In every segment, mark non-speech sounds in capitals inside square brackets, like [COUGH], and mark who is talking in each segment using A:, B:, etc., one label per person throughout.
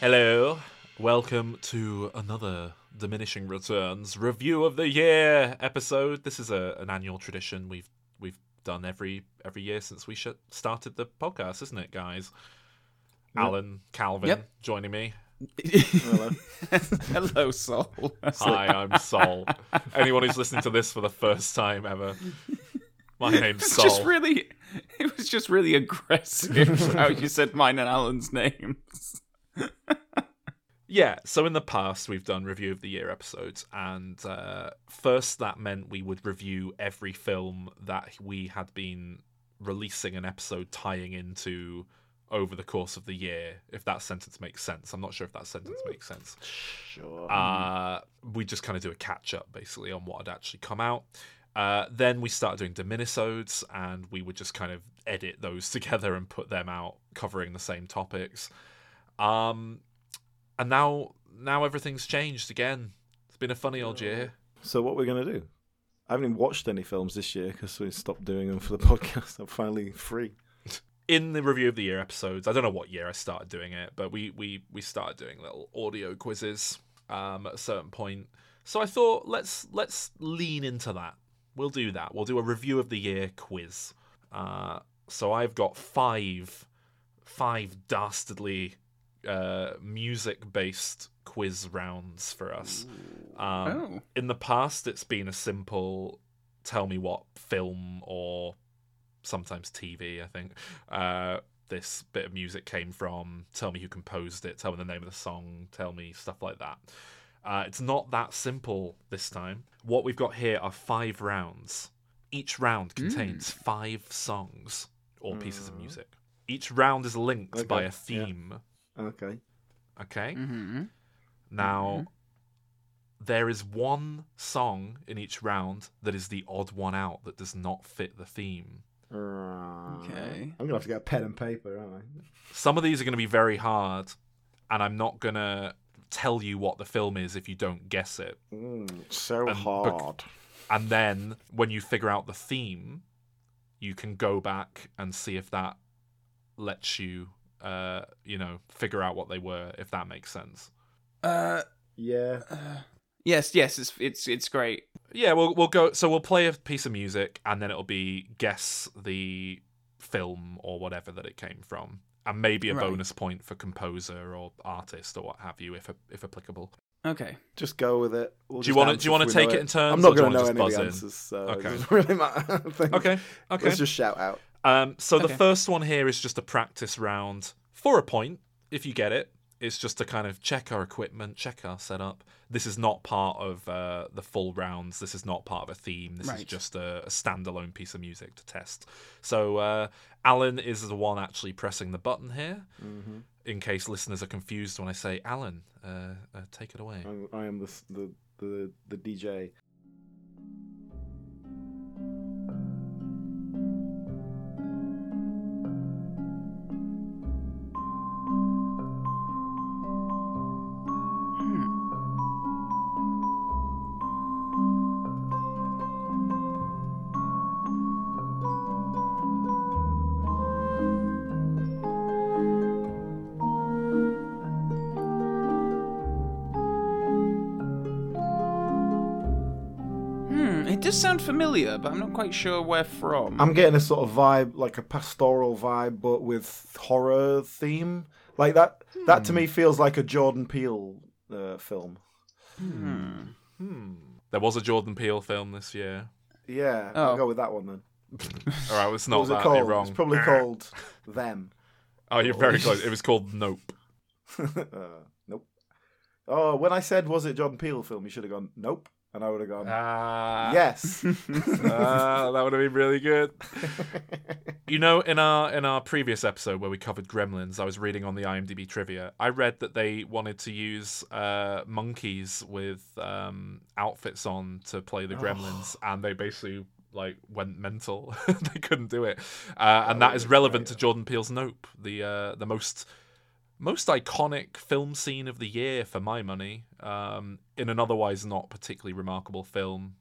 A: Hello, welcome to another diminishing returns review of the year episode. This is a, an annual tradition we've we've done every every year since we sh- started the podcast, isn't it, guys? Alan Calvin
B: Yep.
A: joining
B: [LAUGHS]
A: me.
C: Hello.
B: Hello, soul.
A: Hi, I'm
B: [LAUGHS]
A: Sol. Anyone who's listening to this for the first time ever, my name's
B: [LAUGHS] It's
A: Sol.
B: just really, it was just really aggressive
A: [LAUGHS]
B: how you said mine and Alan's names.
A: Yeah, so in the past we've done review of the year episodes, and uh, first that meant we would review every film that we had been releasing an episode tying into over the course of the year. If that sentence makes sense, I'm not sure if that sentence makes sense.
C: Sure.
A: Uh, we just kind of do a catch up basically on what had actually come out. Uh, then we started doing diminisodes, and we would just kind of edit those [LAUGHS] together and put them out covering the same topics. Um, and now, now everything's changed again. It's been a funny old year.
C: so what we're gonna do? I haven't even watched any films this year because we stopped doing them for the [LAUGHS] podcast. I'm finally free.
A: in the review of the year episodes, I don't know what year I started doing it, but we we we started doing little audio quizzes um, at a certain point. So I thought let's let's lean into that. We'll do that. We'll do a review of the year quiz. Uh, so I've got five five dastardly uh, music based quiz rounds for us. Um,
B: oh,
A: in the past it's been a simple tell me what film or sometimes tv i think uh, this bit of music came from tell me who composed it tell me the name of the song tell me stuff like that uh, it's not that simple this time what we've got here are five rounds each round
C: Hmm.
A: contains five songs or pieces of
C: Mm.
A: music each round is linked
C: Okay,
A: by
C: yeah.
A: a theme
C: Okay.
A: okay
B: hmm
A: now, there is one song in each round that is the odd one out that does not fit the theme.
C: Okay.
B: Okay.
C: I'm gonna have to get a pen and paper, aren't I?
A: Some of these are going to be very hard, and I'm not going to tell you what the film is if you don't guess it.
C: Mm,
A: And
C: so
A: bec- hard. And then when you figure out the theme, you can go back and see if that lets you, uh, you know, figure out what they were, if that makes sense.
B: uh,
C: Yeah.
B: uh, yes, yes, it's it's it's great.
A: Yeah, we'll we'll go. So we'll play a piece of music, and then it'll be guess the film or whatever that it came from, and maybe a
B: Right.
A: bonus point for composer or artist or what have you, if if applicable.
B: Okay,
C: Just go with it. We'll
A: Do
C: just
A: you wanna-
C: answer
A: do you wanna
C: if we
A: take
C: know
A: it in turns,
C: I'm
A: or
C: not
A: do you
C: gonna
A: wanna
C: know
A: just
C: any of the
A: buzz in?
C: answers, so
A: Okay.
C: it doesn't [LAUGHS] really matter. I think.
A: Okay, okay.
C: Let's just shout out.
A: Um, so the
B: Okay.
A: first one here is just a practice round for a point. If you get it, it's just to kind of check our equipment, check our setup. This is not part of uh, the full rounds. This is not part of a theme. This is
B: Right.
A: just a, a standalone piece of music to test. So uh, Alan is the one actually pressing the button here.
C: Mhm.
A: In case listeners are confused when I say Alan, uh, uh, take it away.
C: I'm, I am the, s- the the the DJ.
B: hmm, it does sound familiar, but I'm not quite sure where from.
C: I'm getting a sort of vibe, like a pastoral vibe, but with horror theme. Like that. That to me feels like a Jordan Peele uh, film.
B: Hmm.
A: Hmm. There was a Jordan Peele film this year.
C: Yeah, I'll
B: Oh.
C: go with that one then.
A: All right, well, it's
C: What
A: not
C: was it
A: that. You're
C: called?
A: wrong.
C: It's probably called Them.
A: [LAUGHS]
C: [LAUGHS]
A: Oh, you're very close. It was called Nope.
C: uh, nope. Oh, when I said was it Jordan Peele film, you should have gone nope, and I would have gone
A: Ah.
C: yes. [LAUGHS]
A: Ah, that would have been really good. You know, in our in our previous episode where we covered Gremlins, I was reading on the IMDb trivia. I read that they wanted to use uh, monkeys with um, outfits on to play the Gremlins, and they basically like went mental. [LAUGHS] they couldn't do it, uh, and that
C: would've
A: is
C: been
A: relevant
C: great,
A: to
C: yeah.
A: Jordan Peele's Nope, the uh, the most most iconic film scene of the year for my money. Um, in an otherwise not particularly remarkable film,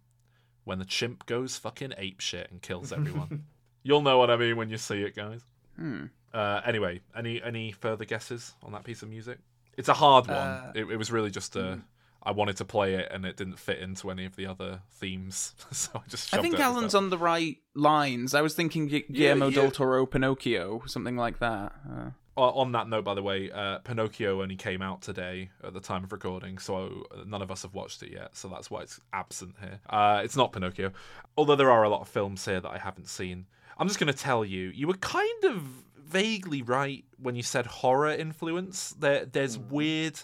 A: when the chimp goes fucking ape shit and kills
B: [LAUGHS]
A: everyone. You'll know what I mean when you see it, guys.
B: Hmm.
A: Uh, anyway, any any further guesses on that piece of music? It's a hard one.
B: Uh, hmm.
A: it, it was really just a. I wanted to play it and it didn't fit into any of the other themes, [LAUGHS] so I just.
B: I
A: shoved
B: think
A: it
B: Alan's on the right lines. I was thinking Gu- Guillermo
A: yeah.
B: del Toro, Pinocchio, something like that. Uh,
A: Uh, on that note, by the way, uh, Pinocchio only came out today at the time of recording, so none of us have watched it yet, so that's why it's absent here. Uh, it's not Pinocchio, although there are a lot of films here that I haven't seen. I'm just going to tell you, you were kind of vaguely right when you said horror influence. There, there's
C: Hmm.
A: weird.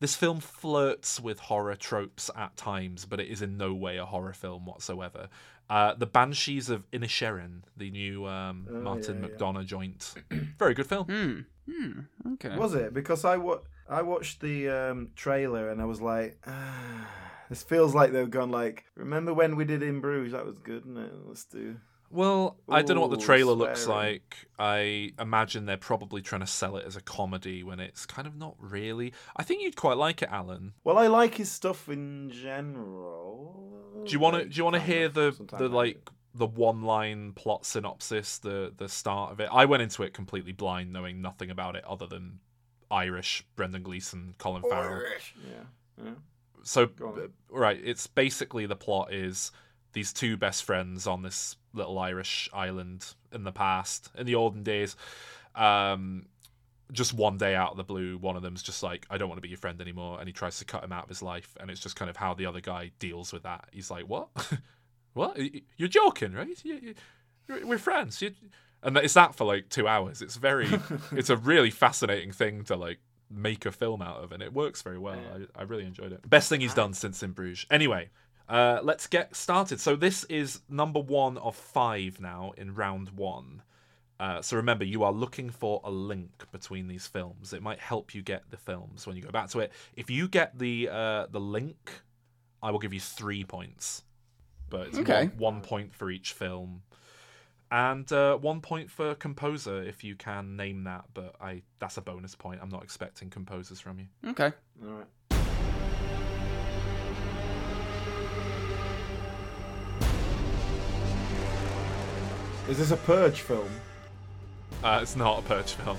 A: This film flirts with horror tropes at times, but it is in no way a horror film whatsoever. Uh, the Banshees of Inisherin, the new um,
C: Oh,
A: Martin
C: yeah, yeah.
A: McDonough joint. [CLEARS THROAT] Very good film.
B: hmm. Hmm. Okay.
C: Was it? Because I wa- I watched the um, trailer and I was like, ah, this feels like they've gone like, remember when we did in Bruges? That was good, is it? Let's do.
A: Well, I don't know what the
C: Ooh,
A: trailer looks
C: swearing.
A: like. I imagine they're probably trying to sell it as a comedy when it's kind of not really. I think you'd quite like it, Alan.
C: Well, I like his stuff in general.
A: Do you want to?
C: Like,
A: Do you want to
C: Mm, kind
A: hear
C: of,
A: the
C: sometimes
A: the
C: I do.
A: like the one line plot synopsis, the the start of it? I went into it completely blind, knowing nothing about it other than Irish, Brendan Gleeson, Colin Farrell.
C: Yeah. yeah.
A: so
C: Go on.
A: b- right it's basically the plot is these two best friends on this little irish island in the past in the olden days um just one day out of the blue one of them's just like i don't want to be your friend anymore and he tries to cut him out of his life and it's just kind of how the other guy deals with that he's like what [LAUGHS] what Y- y- you're joking right You- you- you're- we're friends you and it's that for like two hours it's very [LAUGHS] it's a really fascinating thing to like make a film out of, and it works very well. I, I really enjoyed it. Best thing he's done since In Bruges. Anyway, uh, let's get started. So this is number one of five now in round one. Uh, so remember, you are looking for a link between these films. It might help you get the films when you go back to it. If you get the uh, the link, I will give you three points, but it's
B: Okay.
A: one, one point for each film, and uh, one point for composer if you can name that. But I that's a bonus point. I'm not expecting composers from you.
B: Okay.
C: [LAUGHS] All right. Is this a purge film?
A: Uh, it's not a Purge film.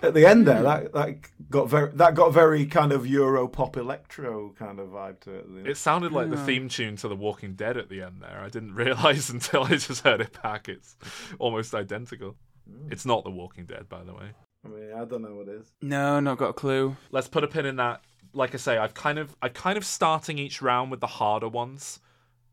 C: At the end there, that that got very that got very kind of Euro pop electro kind of vibe to it. at the end.
A: It sounded like the theme tune to The Walking Dead at the end there. I didn't [LAUGHS] realize until I just heard it back. It's almost identical. It's not The Walking Dead, by the way.
C: I mean, I don't know what it is.
B: No, not got a clue.
A: Let's put a pin in that. Like I say, I've kind of, I kind of starting each round with the harder ones,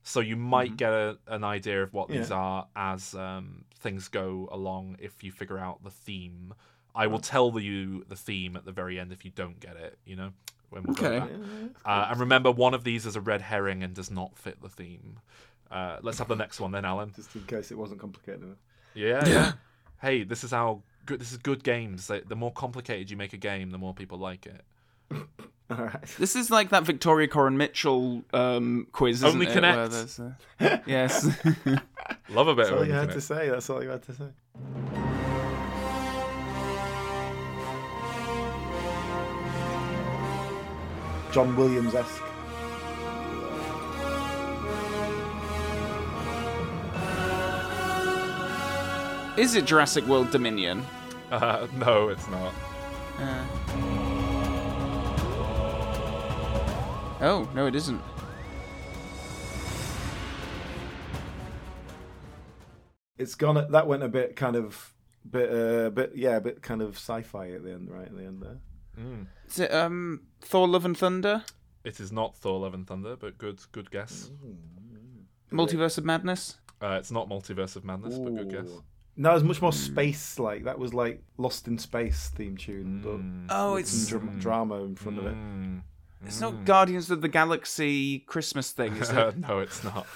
A: so you might get a, an idea of what these
C: Mm-hmm. Yeah.
A: are as um, things go along. If you figure out the theme, I
C: Mm.
A: will tell you the theme at the very end. If you don't get it, you know, when we go
B: Okay.
A: back. Uh, and remember, one of these is a red herring and does not fit the theme. Uh, let's have the next one then, Alan.
C: Just in case it wasn't complicated enough. [LAUGHS]
A: Yeah. yeah. Hey, this is how good. This is good games. The the more complicated you make a game, the more people like it.
C: All right.
B: This is like that Victoria Corin Mitchell um, quiz, isn't
A: Only
B: it?
A: Connect.
B: where there's a- yes. [LAUGHS]
A: Love a bit
C: That's
A: of
C: all you
A: Overconnect.
C: had to say. That's all you had to say. John Williams esque.
B: is it Jurassic World Dominion?
A: Uh, [LAUGHS] no, it's not.
B: Uh. Oh no, it isn't.
C: It's gone. That went a bit kind of bit uh bit yeah a bit kind of sci-fi at the end right at the end there.
B: Is it um, Thor: Love and Thunder?
A: It is not Thor: Love and Thunder, but good, good guess.
B: Multiverse of Madness?
A: Uh, it's not Multiverse of Madness, but good guess.
C: Mm-hmm. Ooh. No, it was much more space like. That was like Lost in Space theme tune,
A: Hmm.
C: but
B: Oh,
C: some dra- drama in front of it.
A: Mm.
B: It's not Guardians of the Galaxy Christmas thing, is
A: Uh,
B: it?
A: [LAUGHS] no, it's not.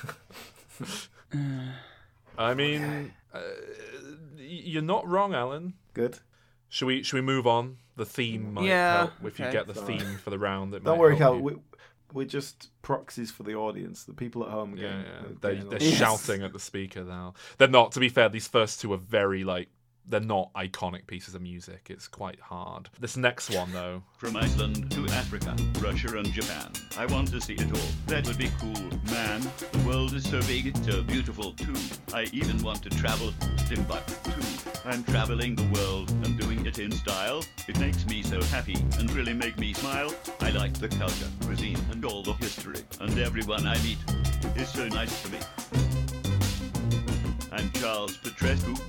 A: I mean, uh, y- you're not wrong, Alan.
C: Good.
A: Should we should we move on? The theme might
B: Yeah,
A: help if you
B: okay.
A: get the
C: Sorry.
A: theme for the round. It
C: Don't
A: might
C: worry,
A: help
C: Cal.
A: you.
C: We, we're just proxies for the audience. The people at home, are
A: Yeah,
C: getting,
A: yeah.
C: are
A: They,
C: getting a
A: they're
C: lot-
B: Yes.
C: [LAUGHS]
A: shouting at the speaker now. They're not, to be fair, these first two are very, like, they're not iconic pieces of music. It's quite hard. This next one, though, [LAUGHS]
D: From Iceland to Africa, Russia, and Japan. I want to see it all. That would be cool, man. The world is so big, so beautiful, too. I even want to travel to Timbuktu. I'm traveling the world and doing it in style. It makes me so happy and really make me smile. I like the culture, cuisine, and all the history. And everyone I meet is so nice to me. I'm Charles Petrescu.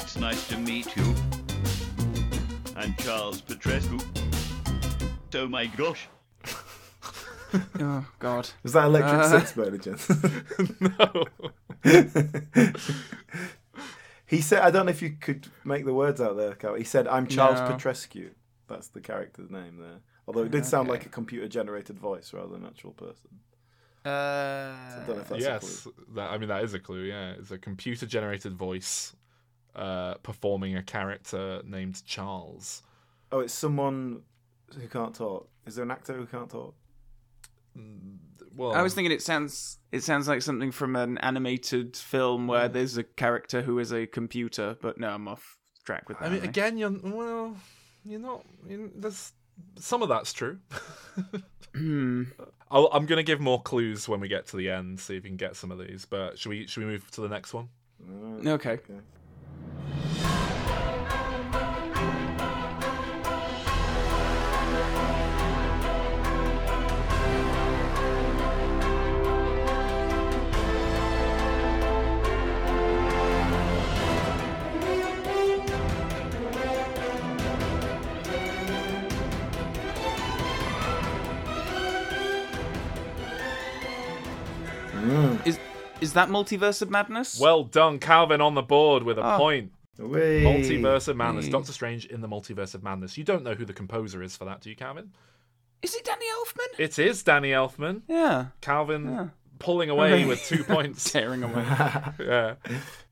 D: It's nice to meet you. I'm Charles Petrescu. Oh my gosh.
B: [LAUGHS] Oh God.
C: Was that electric
B: Uh.
C: six by any chance?
A: no.
C: [LAUGHS] he said, I don't know if you could make the words out there, Cal. He said, I'm Charles
B: No.
C: Petrescu. That's the character's name there. Although it did sound like a computer generated voice rather than an actual person. I don't know
B: Uh,
C: if that's
A: yes, that, I mean that is a clue. Yeah, it's a computer-generated voice uh, performing a character named Charles.
C: a clue. Oh, it's someone who can't talk. Is there an actor who can't talk?
A: Well,
B: I was thinking it sounds it sounds like something from an animated film where
A: Hmm.
B: there's a character who is a computer, but no, I'm off track with that. eh?
A: I mean,
B: aren't
A: again, you're well, you're not. you there's some of that's true. [LAUGHS] I'll, I'm gonna give more clues when we get to the end, see if you can get some of these. But should we should we move to the next one?
B: Hmm. Okay. Is is that Multiverse of Madness?
A: Well done, Calvin, on the board with a
B: Ah.
A: point.
C: Away.
A: Multiverse of Madness,
B: Hey.
A: Doctor Strange in the Multiverse of Madness. You don't know who the composer is for that, do you, Calvin?
B: is it Danny Elfman?
A: It is Danny Elfman.
B: yeah.
A: Calvin
B: Yeah.
A: pulling away with two
B: [LAUGHS]
A: points.
B: Tearing
A: [LAUGHS]
B: away.
A: yeah.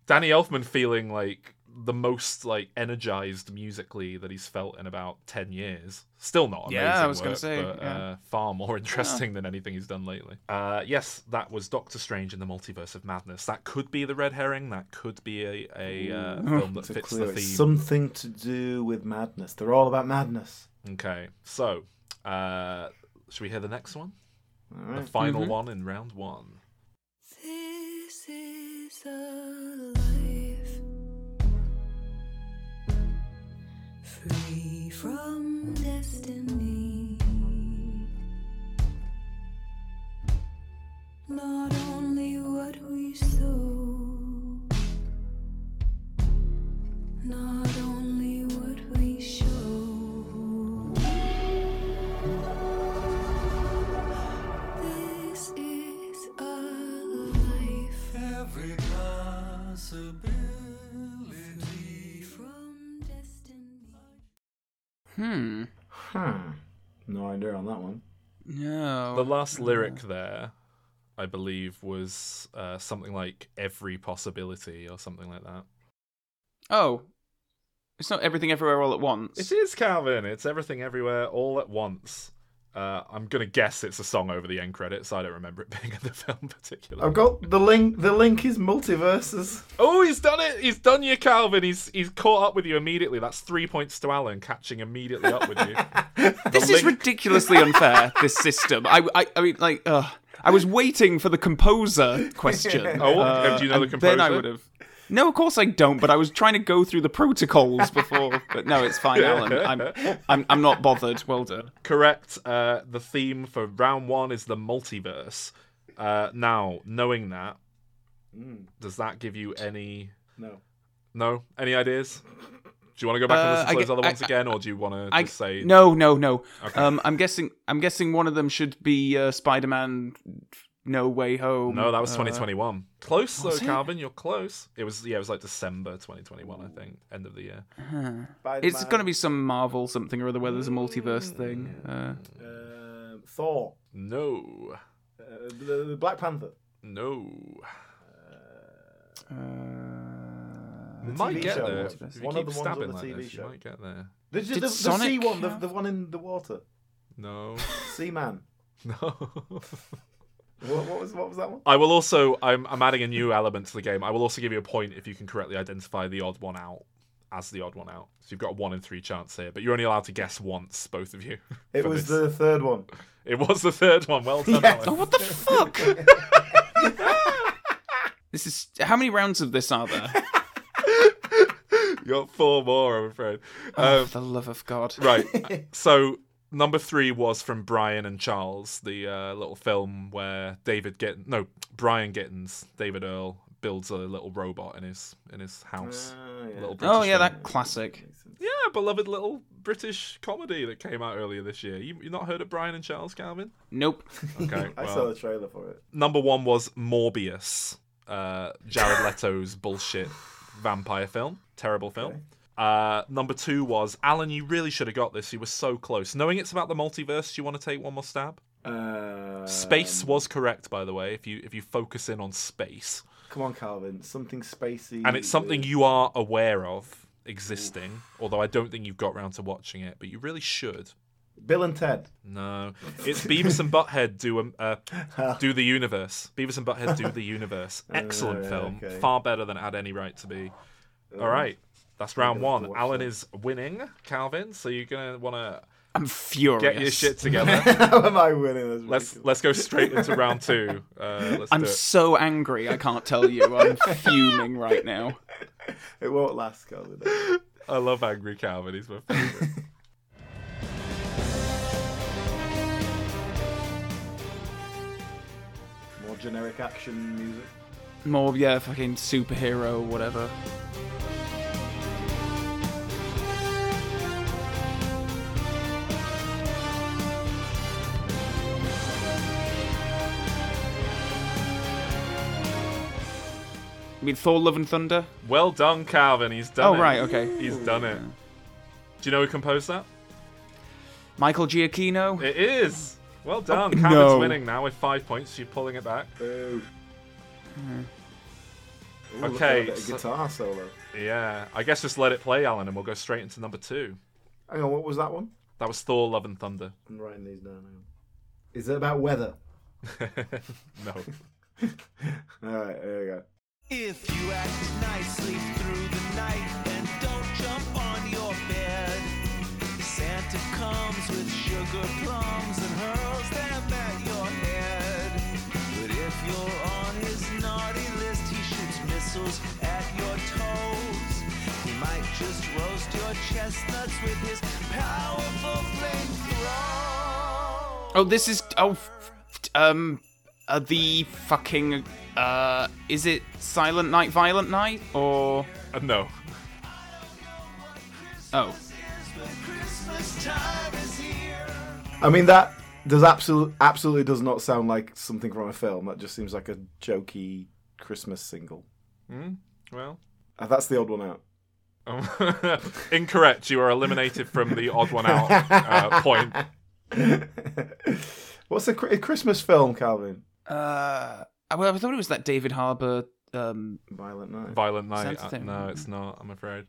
A: Danny Elfman feeling like the most like energized musically that he's felt in about 10 years. Still not amazing.
B: Yeah, I was gonna
A: work,
B: say,
A: But,
B: yeah.
A: uh, far more [LAUGHS] interesting than anything he's done lately. Uh, yes, that was Doctor Strange in the Multiverse of Madness. That could be the red herring. That could be a, a uh,
B: [LAUGHS]
A: film that
C: It's a
A: fits
C: clue.
A: the
C: It's
A: theme.
C: something to do with madness. They're all about madness.
A: Okay, so uh, should we hear the next one?
C: All
A: The
C: right.
A: final
B: Mm-hmm.
A: one in round one.
E: This is a life free from destiny. Not only what we sow, not only what we show. This is a life. Every possibility from destiny.
B: hmm.
C: Hmm. No idea on that one.
B: No.
A: The last lyric there, I believe, was uh, something like "every possibility" or something like that.
B: oh. It's not everything everywhere all at once.
A: It is Calvin. It's everything, everywhere, all at once. Uh, I'm gonna guess it's a song over the end credits. I don't remember it being in the [LAUGHS] film particularly.
C: I've got the link. The link is multiverses.
A: Oh, he's done it! He's done you, Calvin. He's he's caught up with you immediately. That's three points to Alan catching immediately up with you.
B: This is ridiculously unfair. this system. I, I, I mean, like, ugh. I was waiting for the composer question.
A: [LAUGHS] Oh,
B: Uh,
A: do you know the
B: and Then I
A: composer?
B: would have. No, of course I don't. But I was trying to go through the protocols before. But no, it's fine, Alan. I'm, I'm, I'm not bothered. Well done.
A: Correct. Uh, the theme for round one is the multiverse. Uh, now, knowing that, does that give you any
C: Hmm. No.
A: no any ideas? Do you want to go back
B: Uh,
A: and listen
B: I
A: to those
B: ge-
A: other
B: I-
A: ones again, or do you want to
B: I
A: just say
B: no, no, no. Um, I'm guessing. I'm guessing one of them should be uh, Spider-Man. No way home.
A: No, that was
B: Uh,
A: 2021. Close though,
B: was it?
A: Calvin. You're close. It was yeah, it was like December 2021, I think, end of the year.
B: It's going to be some Marvel something or other where there's a multiverse thing. Uh,
C: Um Thor,
A: No,
C: uh, the, the Black Panther. Uh,
A: no.
B: uh,
C: The
A: might
C: TV
A: get
C: show
A: there.
C: was.
A: If you
C: One of
A: keep
C: the ones on
A: stabbing
C: the
A: like
C: TV
A: this, you
C: show.
A: might get there.
C: The, the,
B: Did
C: the, the sea
B: Sonic
C: one, the, [LAUGHS]
B: have-
C: the one in the water.
A: No.
C: Sea man.
A: No.
C: What, what was what was that one?
A: I will also. I'm, I'm adding a new element to the game. I will also give you a point if you can correctly identify the odd one out as the odd one out. So you've got a one in three chance here, but you're only allowed to guess once, both of you. [LAUGHS]
C: It
A: for
C: was
A: this.
C: the third one.
A: It was the third one. Well done.
C: Yes.
A: Alan.
B: Oh, What the fuck? [LAUGHS] this is how many rounds of this are there?
A: You got four more, I'm afraid.
B: oh,
A: Um,
B: for the love of God!
A: right. So number three was from Brian and Charles, the uh, little film where David Gittins, no, Brian Gittins, David Earl builds a little robot in his in his house.
C: Ah, yeah.
A: Little British
B: Oh yeah,
A: film.
B: that classic.
C: Makes sense.
A: Yeah, [LAUGHS] beloved little British comedy that came out earlier this year. You you not heard of Brian and Charles Calvin?
B: Nope.
A: Okay.
C: [LAUGHS] I
A: well,
C: saw the trailer for it.
A: number one was Morbius, uh, Jared Leto's bullshit vampire film, terrible film.
C: Okay.
A: Uh, number two was Alan. You really should have got this. You were so close. Knowing it's about the multiverse, do you want to take one more stab?
C: Um,
A: space was correct, by the way. If you if you focus in on space,
C: Come on, Calvin. Something spacey.
A: and it's something
C: with-
A: you are aware of existing, although I don't think you've got round to watching it, but you really should.
C: Bill and Ted.
A: No, it's Beavis and Butthead do um,
C: [LAUGHS]
A: uh, do the universe. Beavis and Butthead do the
C: [LAUGHS]
A: universe. Excellent
C: Uh,
A: film,
C: okay.
A: far better than it had any right to be. All right, that's round
C: gonna have to
A: one.
C: watch
A: Alan
C: that.
A: is winning. Calvin, so you're gonna want to
B: I'm furious.
A: get your shit
C: [LAUGHS]
B: [LAUGHS]
A: together.
C: How am I winning? That's
A: let's
C: ridiculous.
A: let's go straight into round two.
B: [LAUGHS]
A: Uh, let's
B: I'm
A: do it.
B: so angry. I can't tell
A: [LAUGHS]
B: you. I'm fuming right now.
C: It won't last,
A: [LAUGHS]
C: Calvin.
A: I love Angry Calvin. He's my favorite.
C: More generic action music.
B: More yeah, fucking superhero, whatever. I mean, Thor: Love and Thunder.
A: well done, Calvin. He's done
B: Oh
A: it.
B: right, okay.
A: He's done it. Do you know who composed that?
B: Michael Giacchino.
A: It is. Well done. Calvin's
B: Uh, no.
A: winning now with five points. You're pulling it back.
C: Boo. Ooh, look
A: Okay,
C: at that bit of
A: so-
C: guitar solo.
A: Yeah, I guess just let it play, Alan, and we'll go straight into number two.
C: Hang on, what was that one?
A: That was Thor: Love and Thunder. [LAUGHS]
C: I'm writing these down. Hang on. Is it about weather?
A: no,
C: All right, there we go.
F: If you act nicely through the night and don't jump on your bed, Santa comes with sugar plums and hurls them at your head. But if you're on his naughty list, he shoots missiles at your toes. He might just roast your chestnuts with his powerful flamethrower.
B: Oh, this is oh, f- um, uh, the fucking uh, is it Silent Night, Violent Night, or
A: Uh, no.
B: oh,
F: But Christmas time is here.
C: I mean that does absolutely absolutely does not sound like something from a film. That just seems like a jokey Christmas single.
A: Hmm? Well,
C: Uh, that's the odd one out.
A: um, [LAUGHS] incorrect. You are eliminated from the odd one out uh, point.
C: [LAUGHS] What's a, cri- a Christmas film, Calvin?
B: uh, I, well, I thought it was that David Harbour. Um,
C: Violent Night.
A: Violent Night.
B: Sounds
A: Uh,
B: thing.
A: no, it's not. I'm afraid.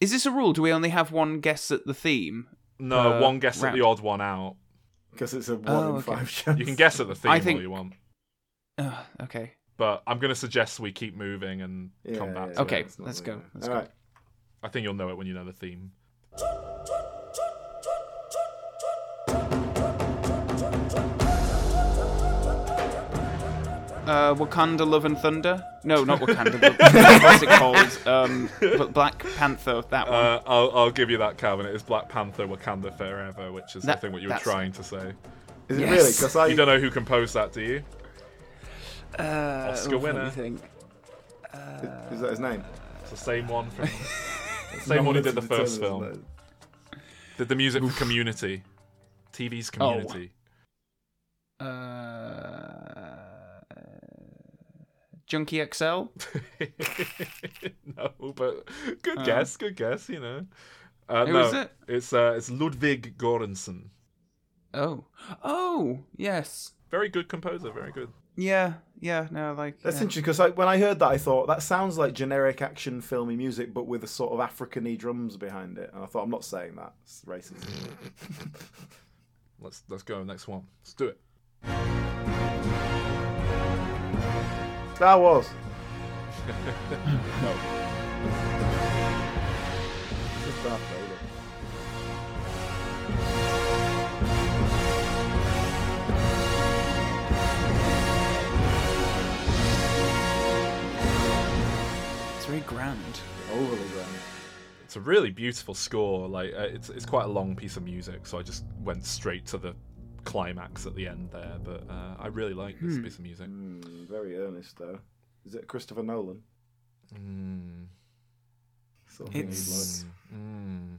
B: is this a rule? Do we only have one guess at the theme?
A: No,
B: Uh,
A: one guess
B: round.
A: at the odd one out.
C: Because it's a one
B: Oh,
C: in
B: okay.
C: five chance.
A: You can guess at the theme
B: I
A: all
B: think-
A: you want,
B: Uh, okay,
A: but I'm going to suggest we keep moving and
C: [LAUGHS] Yeah,
A: come back.
C: yeah,
A: To
B: Okay,
A: It.
C: it's not
B: let's
C: really
B: go,
C: bad.
B: let's
C: All
B: go.
C: right.
A: I think you'll know it when you know the theme.
B: uh, Wakanda Love and Thunder. No, not Wakanda.
C: [LAUGHS]
B: Love, what's it called? Um, but Black Panther. That one.
A: Uh, I'll, I'll give you that, Calvin. It is Black Panther Wakanda Forever, which is I
B: That-
A: think what you were
B: that's-
A: trying to say.
C: Is it
B: Yes.
C: really? Because I
A: You don't know who composed that, do you?
B: Uh,
A: Oscar
B: oh, let me
A: winner.
B: think. Uh,
C: is that his name?
A: It's the same one
B: [LAUGHS]
A: from same one who did the first film. Did the music for Community, TV's Community.
B: Uh, Junkie XL.
A: [LAUGHS] no, but good guess, good guess. You know. Uh,
B: Uh. Who
A: no,
B: is it?
A: It's uh, it's Ludwig Göransson.
B: Oh, oh, yes,
A: Very good composer. Very good.
B: yeah, yeah. No, like
C: That's
B: yeah.
C: interesting because I, when I heard that, I thought that sounds like generic action filmy music, but with a sort [LAUGHS] of African-y drums behind it. And I thought, I'm not saying that. It's racist.
A: Let's let's go next one. Let's do it. [LAUGHS]
C: Star [LAUGHS] Wars.
A: No.
C: This is Darth Vader.
B: It's very grand.
C: Overly grand.
A: It's a really beautiful score. Like uh, it's it's quite a long piece of music, so I just went straight to the climax at the end there. But uh, I really like
B: Hmm.
A: this piece of music.
C: Mm, very earnest though. Is it Christopher Nolan?
A: Mm,
C: Something he'd
B: It's-
C: like.
A: mm.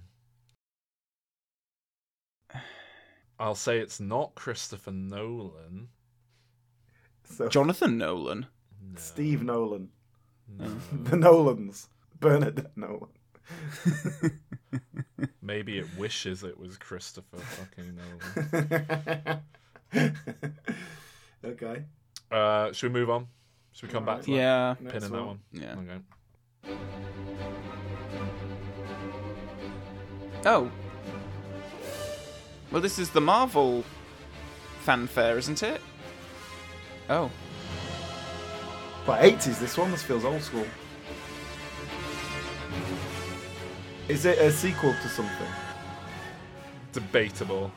A: I'll say it's not Christopher Nolan.
C: So,
B: Jonathan Nolan.
A: No,
C: Steve Nolan.
A: no.
C: [LAUGHS] The Nolans. Bernard Nolan. [LAUGHS]
A: Maybe it wishes it was Christopher fucking Nolan.
C: okay.
A: Uh, should we move on? Should we come back to that?
B: Yeah.
A: Pin in that one.
B: Yeah.
A: Okay.
B: Oh. Well, this is the Marvel fanfare, isn't it? Oh.
C: But 80s, this one. This feels old school. Is it a sequel to something?
A: Debatable.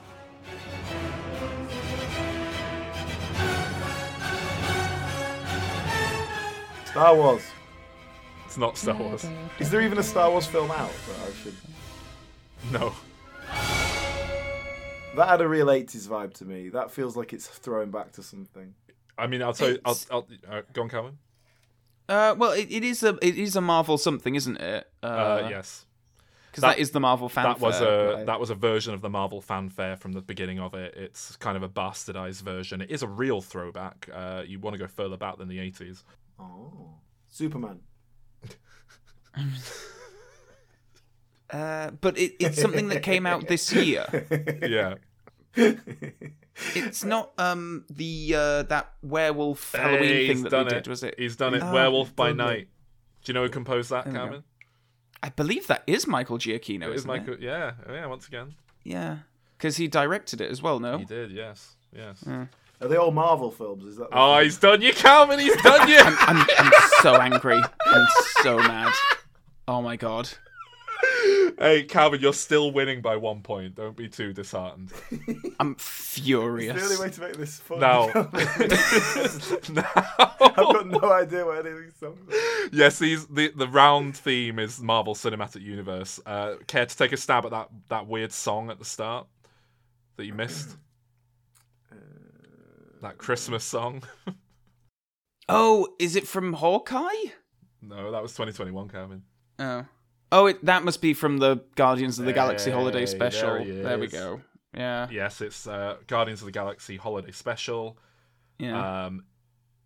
C: Star Wars.
A: It's not Star Wars.
C: Is there even a Star Wars film out that I should?
A: No.
C: That had a real 80s vibe to me. That feels like it's throwing back to something.
A: I mean, I'll tell you. I'll, I'll, uh, go on, Calvin.
B: Uh, well, it, it is a it is a Marvel something, isn't it? Uh,
A: Uh, yes.
B: Because
A: that-
B: that is the Marvel fanfare.
A: That was a
B: right?
A: that was a version of the Marvel fanfare from the beginning of it. It's kind of a bastardized version. It is a real throwback. Uh, you want to go further back than the eighties.
C: Oh. Superman.
B: Uh, but it, it's something that came out this year.
A: [LAUGHS] Yeah.
B: It's not um the uh that werewolf [LAUGHS] Halloween
A: Hey,
B: thing
A: he's
B: that
A: done
B: they
A: it.
B: did. Was it?
A: He's done it.
B: Ah,
A: Werewolf by
B: done it.
A: Night. Do you know who composed that,
B: we go.
A: Calvin?
B: I believe that is Michael Giacchino.
A: It was
B: isn't
A: Michael.
B: It?
A: Yeah. oh, Yeah. Once again,
B: Yeah, because he directed it as well. No.
A: he did. Yes. Yes.
B: Mm.
C: Are they all Marvel films? Is that? the
A: Oh,
C: thing?
A: he's done you, Calvin. He's done
B: [LAUGHS]
A: you.
B: I'm, I'm so angry. I'm so mad. Oh my god.
A: hey, Calvin, you're still winning by one point. Don't be too
B: [LAUGHS]
A: disheartened.
B: I'm
C: the only
B: furious.
C: way to make this fun.
A: Now,
C: [LAUGHS]
A: [LAUGHS]
C: I've
A: now,
C: got no idea what any of these songs. Are.
A: yes, these the, the round theme is Marvel Cinematic Universe. Uh, care to take a stab at that that weird song at the start that you missed? That Christmas song? [LAUGHS]
B: Oh, is it from Hawkeye?
A: No, that was 2021, Calvin.
B: Oh. Oh, it, that must be from the Guardians of the Galaxy
A: Hey,
B: Holiday Special.
A: there he
B: There, we
A: is.
B: go. Yeah.
A: Yes, it's uh, Guardians of the Galaxy Holiday Special.
B: Yeah.
A: Um,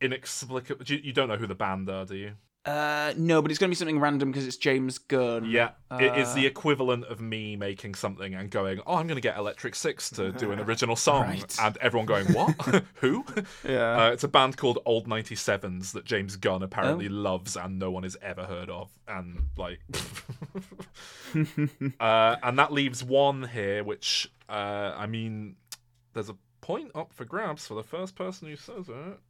A: inexplicable. You, you don't know who the band are, do you?
B: Uh, no, but it's going to be something random because it's James Gunn.
A: Yeah, it is
B: Uh,
A: the equivalent of me making something and going, "Oh, I'm going to get Electric Six to do an original song,"
B: Right.
A: and everyone going, "What? [LAUGHS] Who?"
B: Yeah.
A: Uh, it's a band called Old 97s that James Gunn apparently
B: Oh.
A: loves and no one has ever heard of. And,
B: [LAUGHS]
A: like. [LAUGHS] uh, and that leaves one here, which, uh, I mean, there's a point up for grabs for the first person who says it.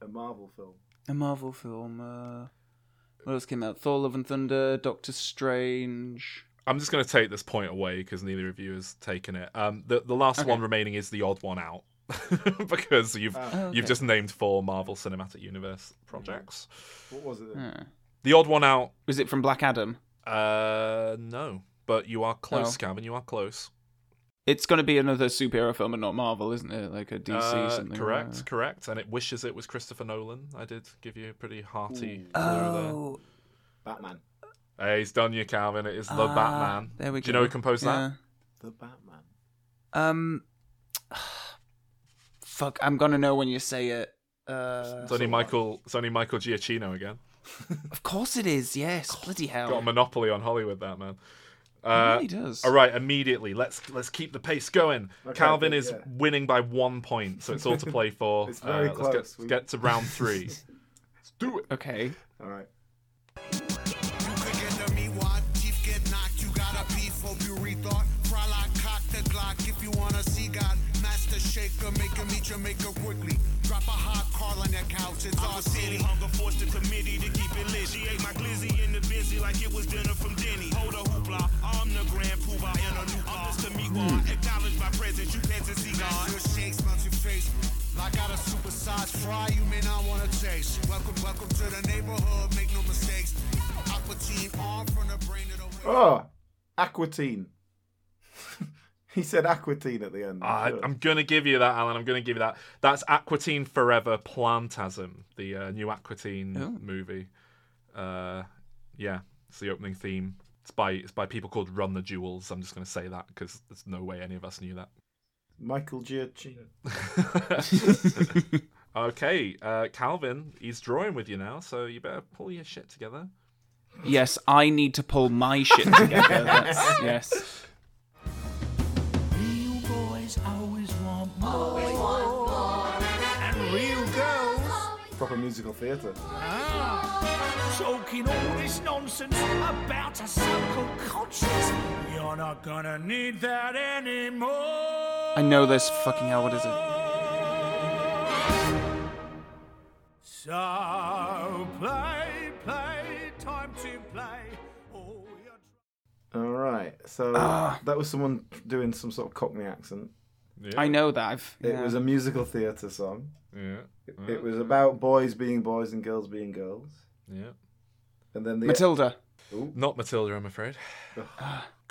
C: A Marvel film.
B: A Marvel film. Uh, what else came out? Thor, Love and Thunder, Doctor Strange.
A: I'm just going to take this point away because neither of you has taken it. Um, the the last
B: Okay.
A: one remaining is the odd one out [LAUGHS] because you've
C: Ah,
B: Oh,
A: you've
B: okay. Mm-hmm.
A: just named four Marvel Cinematic Universe projects.
C: what was it? Then?
B: Uh,
A: The odd one out,
B: was it from Black Adam?
A: uh, no, but you are close,
B: Oh.
A: Gavin. You are close.
B: It's going to be another superhero film and not Marvel, isn't it? Like a DC
A: Uh,
B: something. or
A: correct,
B: other.
A: correct. And it wishes it was Christopher Nolan. I did give you a pretty hearty clue
B: Oh,
C: Batman.
A: there. Hey, he's done you, Calvin. It is the
B: ah,
A: Batman.
B: There we go.
A: Do you know who composed that?
C: The Batman.
B: Yeah. Um, [SIGHS] fuck, I'm gonna know when you say it. Uh,
A: It's only Michael. It's only Michael Giacchino again.
B: of course it is. Yes, bloody hell.
A: Got a monopoly on Hollywood, that man. Uh,
B: It Oh. really does.
A: All right, immediately. Let's let's keep the pace going.
C: Okay,
A: Calvin
C: good,
A: is
C: yeah.
A: winning by one point, so it's all to play for.
C: [LAUGHS]
A: Uh,
C: It's very
A: let's
C: close.
A: get- Let's get,
C: We-
A: to round
C: [LAUGHS]
A: three. let's do it.
B: Okay.
C: All right.
G: You could get the meat wad, teeth get knocked. You got a beef, hope you rethought. Fry like cock the Glock if you wanna see God. shaker, making me Jamaica quickly. Drop a hot car on that couch, it's our city.
H: Hunger forced the committee to keep it lit. She ate my glizzy in the busy like it was dinner from Denny. Hold a hoopla, I'm the grand poobah in a new car. I'm Mr. Meatball, acknowledged by presence, you can't see God.
G: Your shake smells your face. I got a supersized fry you may not wanna chase. Welcome, welcome to the neighborhood, make no mistakes. Aqua teen arm from the brain to the wing.
C: Oh, Aquatine. [LAUGHS] he said Aquatine at the end.
A: I,
C: Sure.
A: Ah, I'm gonna give you that, Alan. I'm gonna give you that. That's Aquatine Forever Plantasm, the uh, new Aquatine movie. Uh, yeah, it's the opening theme. It's by it's by people called Run the Jewels. I'm just gonna say that because there's no way any of us knew that.
C: Michael Giacchino.
A: Okay, uh, Calvin, he's drawing with you now, so you better pull your shit together.
B: Yes, I need to pull my shit
A: [LAUGHS]
B: together. That's, yes.
F: Real boys always want more. And real girls
C: Proper musical theatre.
F: talking all this nonsense about a so-called conscience. You're not gonna need that anymore.
B: I know this. Fucking hell, what is it?
F: So play, play, time to play. Oh, you're
C: All right. So that was someone doing some sort of Cockney accent.
A: Yeah,
B: I know that. I've,
C: It
B: yeah.
C: was a musical theatre song.
A: Yeah, Mm.
C: It was about boys being boys and girls being girls.
A: yeah.
C: And then the
B: Matilda.
A: Not Matilda, I'm [SIGHS] afraid.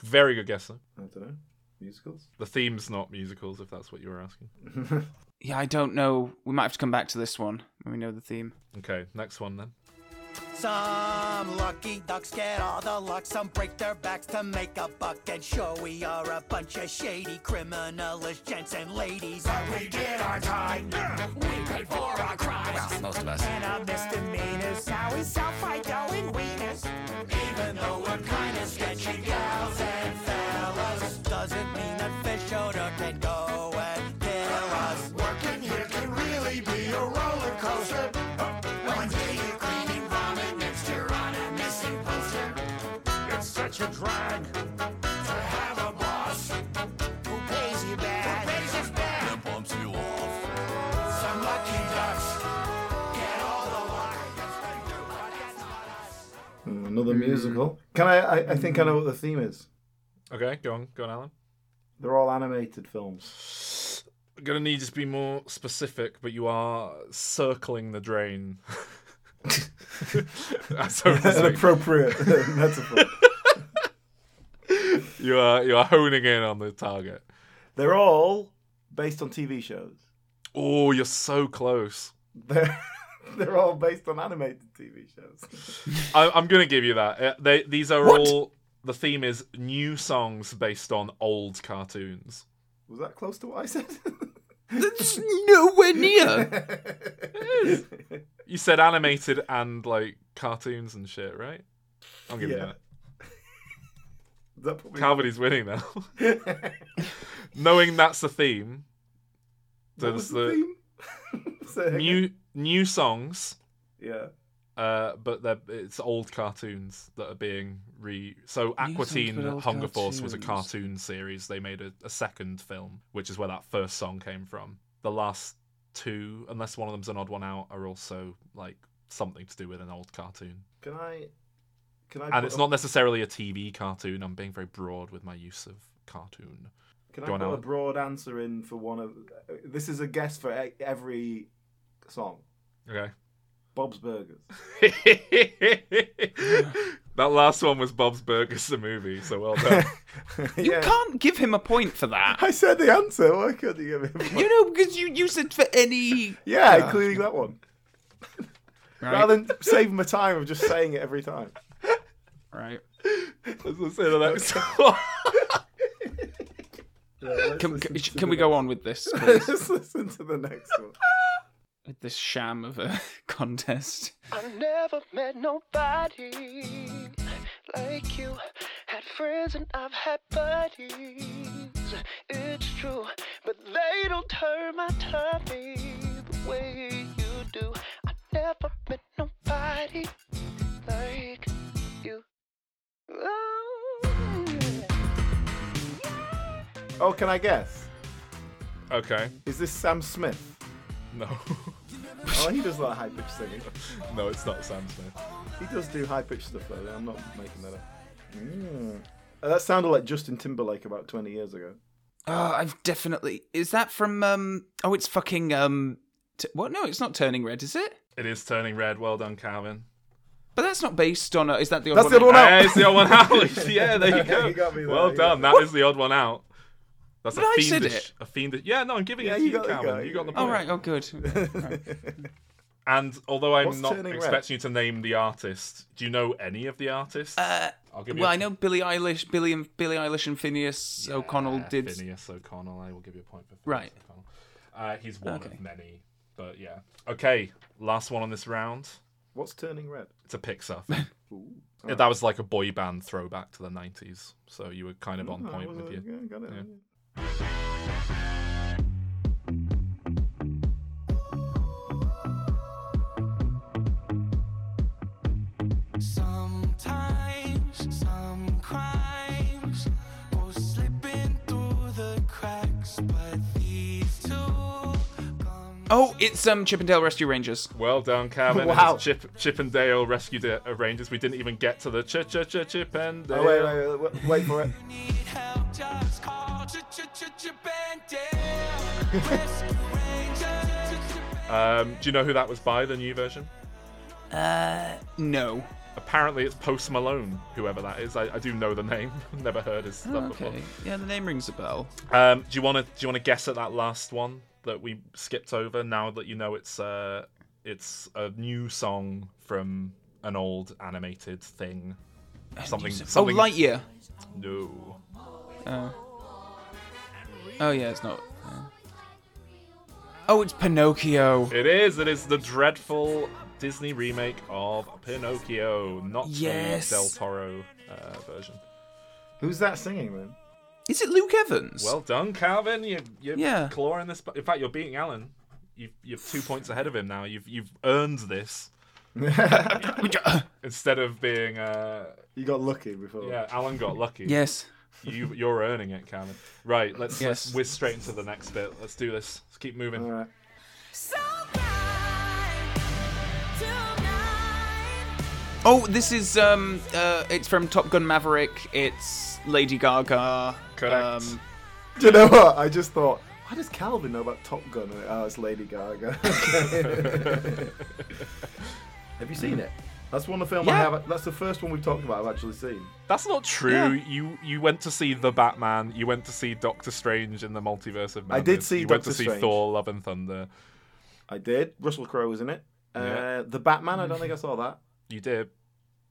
A: Very good guess though.
C: I don't know musicals.
A: The theme's not musicals, if that's what you were asking.
B: Yeah, I don't know. We might have to come back to this one when we know the theme.
A: Okay, next one then.
I: Some lucky ducks get all the luck. Some break their backs to make a buck. And sure, we are a bunch of shady criminalists, gents and ladies. But we did our time. We paid for our crimes. Well, most of us. And our misdemeanors. Now we self-right doing wieners. Even though we're kind of sketchy gals and fellas. Doesn't mean that fish odor can go and kill us. Working here can really be a roller coaster. One day you're cleaning vomit, next you're on a missing poster. It's such a drag to have a boss who pays you back. Who pays us back? That bumps you off. Some lucky ducks get all the luck. That's right, you're right, that's not us.
C: Mm, Another
A: Mm-hmm.
C: musical. Can I, I? I think I know what the theme is.
A: Okay, go on, go on, Alan.
C: They're all
A: [LAUGHS]
C: animated films.
A: I'm gonna need you to be more specific, but you are circling the drain. [LAUGHS] That's what I'm
C: An
A: saying.
C: appropriate [LAUGHS] metaphor.
A: you are you are honing in on the target.
C: They're all based on TV shows. [LAUGHS]
A: Oh, you're so close.
C: They're they're all based on animated TV shows.
A: I, I'm gonna give you that. Uh, They, these are all. The theme is new songs based on old cartoons.
C: Was that close to what I said?
B: That's
C: [LAUGHS]
B: nowhere near.
A: You said animated and like cartoons and shit, right? I'm giving
C: Yeah. [LAUGHS]
A: you that.
C: that put me- [LAUGHS]
A: Calvary's winning now. [LAUGHS] Knowing that's the theme.
C: What
A: there's
C: was the theme? [LAUGHS] Say it again.
A: new new songs,
C: Yeah.
A: uh, but they're, it's old cartoons that are being re. So
B: songs, but
A: Aquatine
B: old
A: Hunger Force was a
B: cartoons.
A: cartoon series. They made a, a second film, which is where that first song came from. The last two, unless one of them's an odd one out, are also like something to do with an old cartoon.
C: Can I? Can I? put
A: And it's
C: a-
A: not necessarily a TV cartoon. I'm being very broad with my use of cartoon.
C: Can I
A: Go on,
C: put a
A: Alan.
C: broad answer in for one of? This is a guess for e- every song.
A: Okay.
C: Bob's Burgers.
A: [LAUGHS] that last one was Bob's Burgers, the movie. So well
C: [LAUGHS]
A: done.
B: You can't give him a point for that.
C: I said the answer. Why couldn't you give me? a point?
B: You know, because you use it for any.
C: Yeah, including that one.
B: Right.
C: Rather than saving my time of just saying it
A: [LAUGHS]
C: every time.
B: right.
A: Let's just say the next [LAUGHS] one.
B: Can, can, sh- can we go on with this?
C: [LAUGHS]
B: please?
C: Let's listen to the next one.
B: with this sham of a [LAUGHS] contest.
I: I never met nobody like you. Had friends and I've had buddies. It's true, but they don't turn my tummy the way you do. I never met nobody like you. Oh.
C: Oh, can I guess?
A: Okay.
C: Is this Sam Smith?
A: No.
C: Oh, he does like high pitched singing.
A: no, it's not Sam Smith.
C: He does do high pitched stuff though. I'm not making that up. Mm. Uh, That sounded like Justin Timberlake about 20 years ago.
B: Oh, I've definitely. Is that from? um Oh, it's fucking. um t- What? No, it's not turning red, is it?
A: It is turning red. Well done, Calvin.
B: But that's not based on. A, is that the? Odd
C: That's the other one out.
A: Hey, it's the odd one out. yeah, there you go.
C: You got me there,
A: well
C: you
A: done.
C: got me.
A: That is the odd one out. That's a
B: But I
A: fiendish.
B: said it.
A: A fiendish. Yeah, no, I'm giving
C: Yeah,
A: it to you,
C: you got it, you got
A: Calvin.
C: it,
A: You got the
C: you
A: point.
B: Oh right. Oh
A: [LAUGHS]
B: good.
A: And although I'm
C: What's
A: not
C: Turning Red?
A: expecting you to name the artist, do you know any of the artists? Uh, I'll give you
B: well,
A: a
B: I know Billie Eilish, Billie and Billie Eilish and Phineas O'Connell did.
A: Uh, Phineas O'Connell. I will give you a point for Phineas
B: Right.
A: O'Connell. Uh, he's one
B: Okay.
A: of many, but yeah. Okay, last one on this round.
C: What's Turning Red?
A: It's a Pixar.
B: [LAUGHS]
A: film. Yeah, that was like a boy band throwback to the '90s, so you were kind of on
C: Oh,
A: point
C: was
A: with
C: it?
A: you.
C: Yeah, got it.
A: Yeah.
F: Sometimes some crimes go slipping through the cracks, but these two come
B: Oh, it's um Chip and Dale
A: [LAUGHS]
B: Rescue Rangers.
A: Well done, Calvin.
B: [LAUGHS]
C: Wow.
A: Wow. Chip, Chip and Dale rescue the uh, Rangers. We didn't even get to the Chip, Chip, Chip, Chip and Dale.
C: Oh, wait, wait, wait, wait, wait for it.
F: need help, just call Ch Ch Ch Bandit. Rescue Rangers.
A: Um, do you know who that was by the new version?
B: No.
A: Apparently, it's Post Malone, whoever that is. I, I do know the name. [LAUGHS] Never heard his stuff before.
B: Oh, Okay. Yeah, the name rings a bell.
A: Um, do you want to do you want to guess at that last one that we skipped over? Now that you know it's uh, it's a new song from an old animated thing. Something. something
B: Oh, Lightyear.
A: No.
B: Oh yeah, it's not. yeah. Oh, it's Pinocchio.
A: It is. It is the dreadful Disney remake of Pinocchio, not
B: Yes.
A: the Del Toro uh, version.
C: [LAUGHS] Who's that singing then?
B: Is it Luke Evans?
A: Well done, Calvin. You, you're
B: Yeah.
A: clawing this. In fact, you're beating Alan. You've, you've two points ahead of him now. You've you've earned this instead of being. Uh,
C: [LAUGHS] You got lucky before.
A: yeah, Alan got lucky.
B: yes.
A: you you're earning it, Calvin. Right. Let's
B: Yes.
A: let's whiz straight into the next bit. Let's do this. Let's keep moving.
C: All right.
B: Oh, this is um uh it's from Top Gun Maverick. It's Lady Gaga.
A: Correct.
B: Um,
C: Do you know what? I just thought, why does Calvin know about Top Gun? And, Oh, it's
A: [LAUGHS]
C: Lady Gaga. [LAUGHS] have you seen it? That's one of the film I
B: Yeah.
C: have. That's the first one we've talked about. I've actually seen.
A: That's not true. You you went to see the Batman. You went to see Doctor Strange in the Multiverse of Madness.
C: I did see
A: You went to
C: Doctor
A: see
C: Strange.
A: Thor: Love and Thunder.
C: I did. Russell Crowe was in it. Uh,
A: Yeah.
C: The Batman. I don't think I saw that.
A: You did.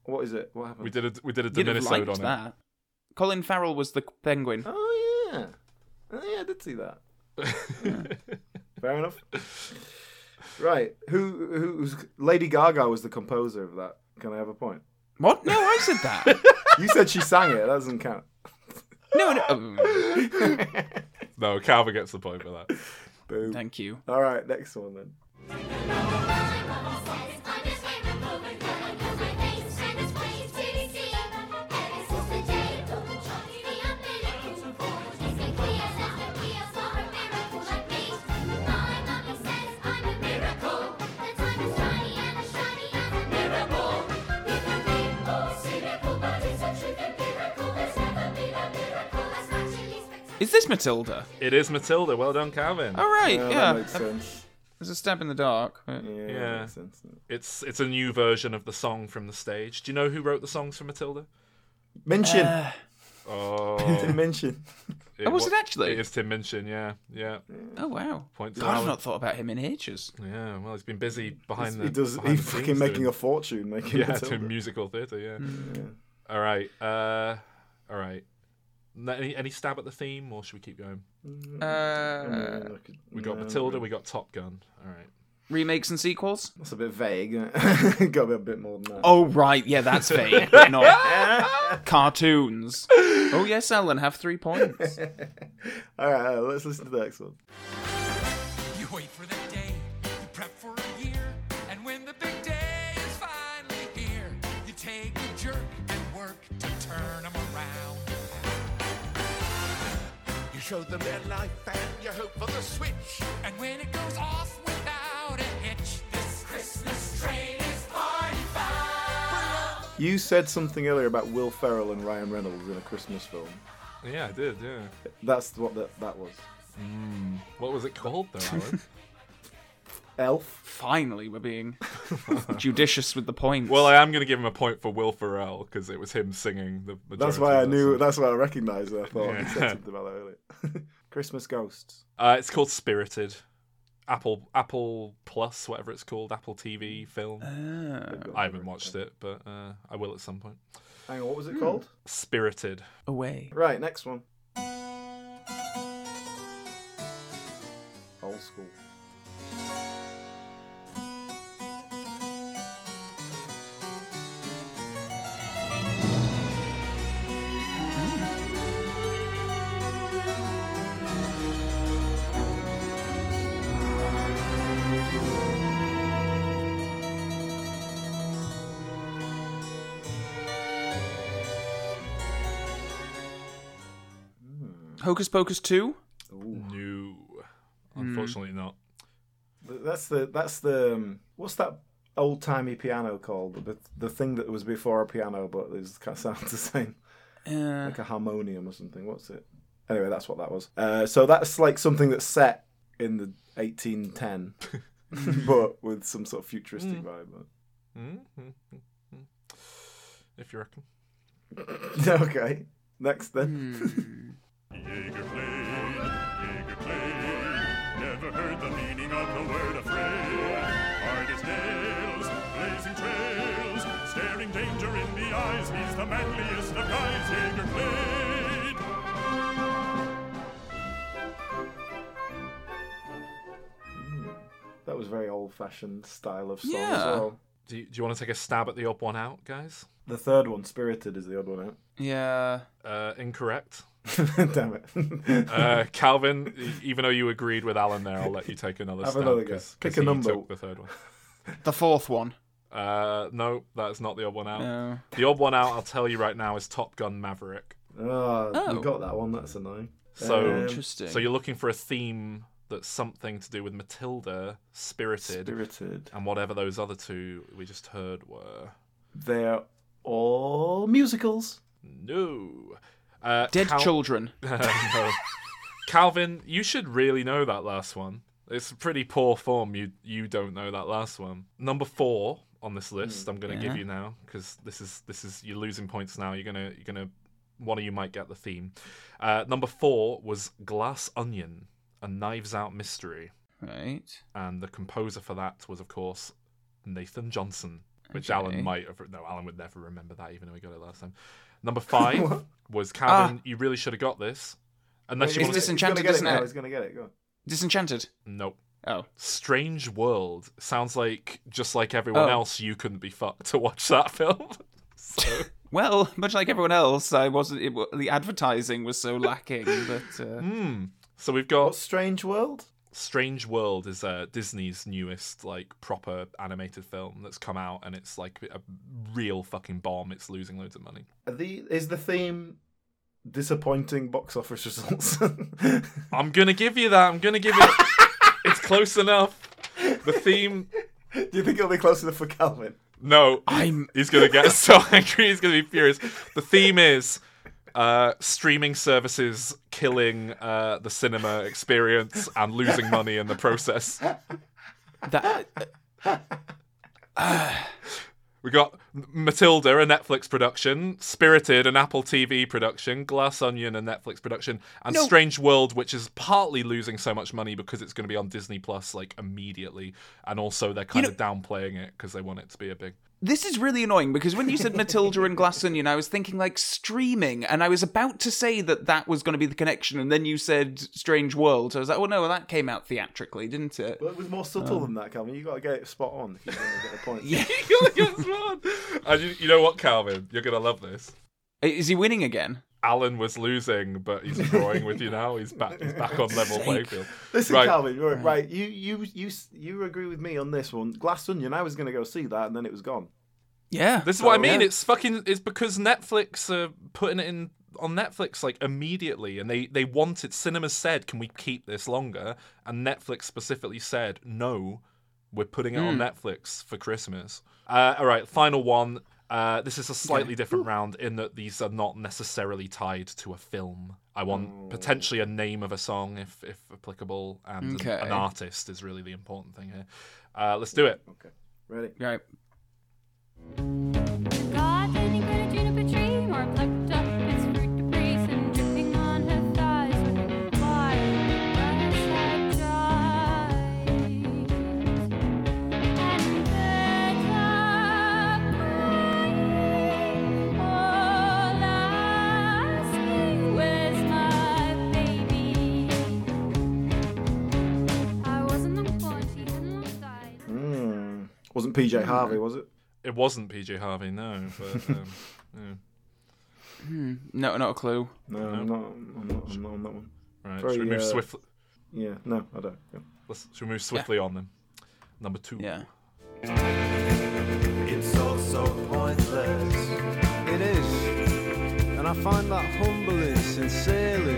C: What is it? What happened?
A: We did a we did a
B: you'd have
A: Diminisode on
B: liked
A: it.
B: that. Colin Farrell was the penguin.
C: Oh yeah. Oh, yeah, I did see that.
A: [LAUGHS]
C: Fair enough. Right. Who who's Lady Gaga was the composer of that? Can I have a point?
B: What? No, I said
A: [LAUGHS]
B: that.
C: You said she sang it. That doesn't count.
B: no, no. oh,
A: No, Calvin gets the point for that.
C: Boom.
B: thank you.
C: All right, next one then.
B: Is this Matilda?
A: It is Matilda. Well done, Calvin.
B: All right.
C: Yeah,
B: yeah.
C: that
A: [LAUGHS]
C: makes sense.
B: There's a stab in the dark. but-
C: Yeah,
A: Yeah.
C: That makes sense.
A: It's it's a new version of the song from the stage. Do you know who wrote the songs for Matilda?
C: Mention.
A: Uh, [LAUGHS] Oh,
C: mention.
A: it
B: was
A: wa-
B: it actually?
A: It is Tim Minchin. Yeah, yeah.
B: Oh wow.
A: Point to
B: God, I've
A: Alan.
B: not thought about him in ages.
A: Yeah. Well, he's been busy behind the.
C: He does.
A: behind
C: He's
A: the
C: fucking
A: scenes
C: making
A: doing-
C: a fortune
A: [LAUGHS]
C: making
A: yeah,
C: Matilda. Mm,
A: to musical theatre. Yeah. All right. Uh, all right. N- Any any stab at the theme, or should we keep going?
B: Uh,
C: Yeah, look,
A: We got
C: no,
A: Matilda. We got Top Gun. All right.
B: remakes and sequels.
C: That's a bit vague. Isn't it? [LAUGHS] got to be a bit more than that.
B: Oh right, yeah, [LAUGHS] that's fake. They're not cartoons. Oh yes, Alan, have
A: [LAUGHS]
B: three points.
C: All right, all right, let's listen to the next one.
F: You wait for the day, you prep for a year, and when the big day is finally here, you take a jerk and work to turn 'em around. You
G: show the man life and you hope for the switch.
J: And when it goes off without a hitch, this Christmas train is party bound.
C: You said something earlier about Will Ferrell and Ryan Reynolds in a Christmas film.
A: Yeah, I did. Yeah.
C: That's what that that was.
A: What was it called though,
C: [LAUGHS]
A: Alan?
C: Elf.
B: Finally, we're being judicious with the points.
A: well, I am going to give him a point for Will Ferrell because it was him singing the. majority
C: That's why I
A: of that
C: knew.
A: song.
C: That's why I recognised it. I thought you
A: Yeah.
C: said something about that earlier. [LAUGHS] Christmas ghosts.
A: Uh, it's called Spirited. Apple Apple Plus, whatever it's called, Apple TV film.
C: Uh,
A: I haven't watched it, but uh, I will at some point.
C: Hang on, what was it called?
A: Spirited.
B: away.
C: Right, next one. Old school.
B: Hocus Pocus 2?
A: No,
C: Hmm.
A: unfortunately not.
C: Th- That's the that's the um, what's that old timey piano called? The the thing that was before a piano, but it kind of sounds [LAUGHS] the same,
B: Uh,
C: like a harmonium or something. What's it? Anyway, that's what that was. Uh, so that's like something that's set in the [LAUGHS] 1810, but with some sort of futuristic vibe.
A: Mm-hmm. If you reckon.
C: [LAUGHS] okay, next then.
G: [LAUGHS] Jägerplay, Jägerplay. Never heard the meaning of the word afraid. Hard as nails, blazing trails, staring danger in the eyes. He's the manliest of guys, Jägerplay.
C: Hmm. That was very old-fashioned style of song as
B: Yeah.
C: well.
A: Do you, do you want to take a stab at the odd one out, guys?
C: The third one, Spirited, is the odd one
B: yeah.
A: Uh, incorrect.
C: out. [LAUGHS] Damn it. [LAUGHS]
A: Uh, Calvin, e- even though you agreed with Alan there, I'll let you take another
C: Have
A: stab.
C: another go.
A: 'cause-
C: Pick
A: 'cause
C: a
A: he
C: number.
A: took the third one.
B: The fourth one.
A: Uh, no, that's not the odd one out.
B: No.
A: The odd one out, I'll tell you right now, is Top Gun Maverick.
C: Ah,
B: Oh.
C: we got that one. That's annoying.
A: So
C: Um,
B: Interesting.
A: So you're looking for a theme that's something to do with Matilda, Spirited,
C: Spirited.
A: and whatever those other two we just heard were.
C: They're all musicals.
A: No. Uh,
B: Dead
A: Cal- [LAUGHS]
B: Children.
A: No. Calvin, you should really know that last one. It's pretty poor form. You you don't know that last one. Number four on
B: Hmm,
A: this list. I'm going to give you now because this is this is you're losing points now. You're gonna you're gonna one of you might get the theme. Uh, number four was Glass Onion, a Knives Out mystery.
B: Right.
A: and the composer for that was, of course, Nathan Johnson, which
B: Okay.
A: Alan might have. No, Alan would never remember that, even though he got it last time. Number
B: [LAUGHS]
A: five was Calvin. You really should have got this, unless you
B: Ah. Is
A: want
B: this
A: to.
B: in-
C: He's gonna
B: Enchanted,
C: get
B: isn't
C: it now.
B: it?
C: He's gonna get it. Go on.
B: Disenchanted.
A: Nope.
B: Oh.
A: Strange World sounds like just like everyone
B: Oh.
A: else, you couldn't be fucked to watch that [LAUGHS] film. so
B: Well, much like everyone else, I wasn't. It, wa- the advertising was so lacking that. Uh,
A: Hmm. so we've got
C: What Strange World?
A: Strange World is uh, Disney's newest like proper animated film that's come out, and it's like a real fucking bomb. It's losing loads of money.
C: Are the is the theme disappointing box office results? [LAUGHS]
A: I'm gonna give you that. I'm gonna give it. it's close enough. The theme.
C: Do you think it'll be close enough for Calvin?
A: No,
B: I'm-
A: He's gonna get so [LAUGHS] angry. He's gonna be furious. The theme is uh, streaming services killing uh, the cinema experience and losing money in the process.
B: uh,
A: [LAUGHS]
B: that
A: We got Matilda, a Netflix production, Spirited, an Apple TV production, Glass Onion, a Netflix production, and
B: No.
A: Strange World, which is partly losing so much money because it's going to be on Disney Plus like immediately, and also they're kind
B: know-
A: of downplaying it because they want it to be a big. [LAUGHS]
B: This is really annoying because when you said Matilda and Glass Onion, I was thinking like streaming, and I was about to say that that was going to be the connection, and then you said Strange World. So I was like, well, no, that came out theatrically, didn't it?
C: Well, it was more subtle than that, Calvin. You got to get it spot on if you're gonna get the [LAUGHS] point.
B: Yeah.
A: Yes, man. And you, you know what, Calvin? You're going to love this.
B: Is he winning again?
A: Alan was losing, but he's drawing with you now. He's back. He's back on level playing field.
C: Listen,
A: Right.
C: Calvin. Right, right. You you you s- you agree with me on this one. Glass Onion. I was gonna go see that, and then it was gone.
B: Yeah.
A: This is what I
B: So,
A: mean.
B: yeah.
A: It's fucking. It's because Netflix are putting it in on Netflix like immediately, and they they wanted cinemas said, "Can we keep this longer?" And Netflix specifically said, "No, we're putting it on
B: Hmm.
A: Netflix for Christmas." Uh, all right, final one. Uh, this is a slightly different round in that these are not necessarily tied to a film. I want
B: Oh.
A: potentially a name of a song, if if applicable, and an-
B: Okay.
A: an, artist is really the important thing here. Uh, let's do it.
C: Okay. Ready?
B: Right.
K: God bending by a juniper tree, more plucked up its fruit debris and dripping on her thighs with wine. Brothers had died, and better crying all asking, "Where's my baby?" I wasn't long born, she hadn't long died.
C: Mm. Wasn't PJ Harvey, was it?
A: It wasn't PJ Harvey, no, but um, [LAUGHS] yeah.
B: Hmm, No, not a clue.
C: No, I'm not. I'm not, I'm not on that one.
A: right.
C: Very,
A: should we move
C: uh,
A: swiftly?
C: Yeah, no, I don't. [LAUGHS] Yeah.
A: Let's should we move swiftly on them. Number two.
B: Yeah.
F: It's all so pointless.
L: It is. And I find that humbling, sincerely.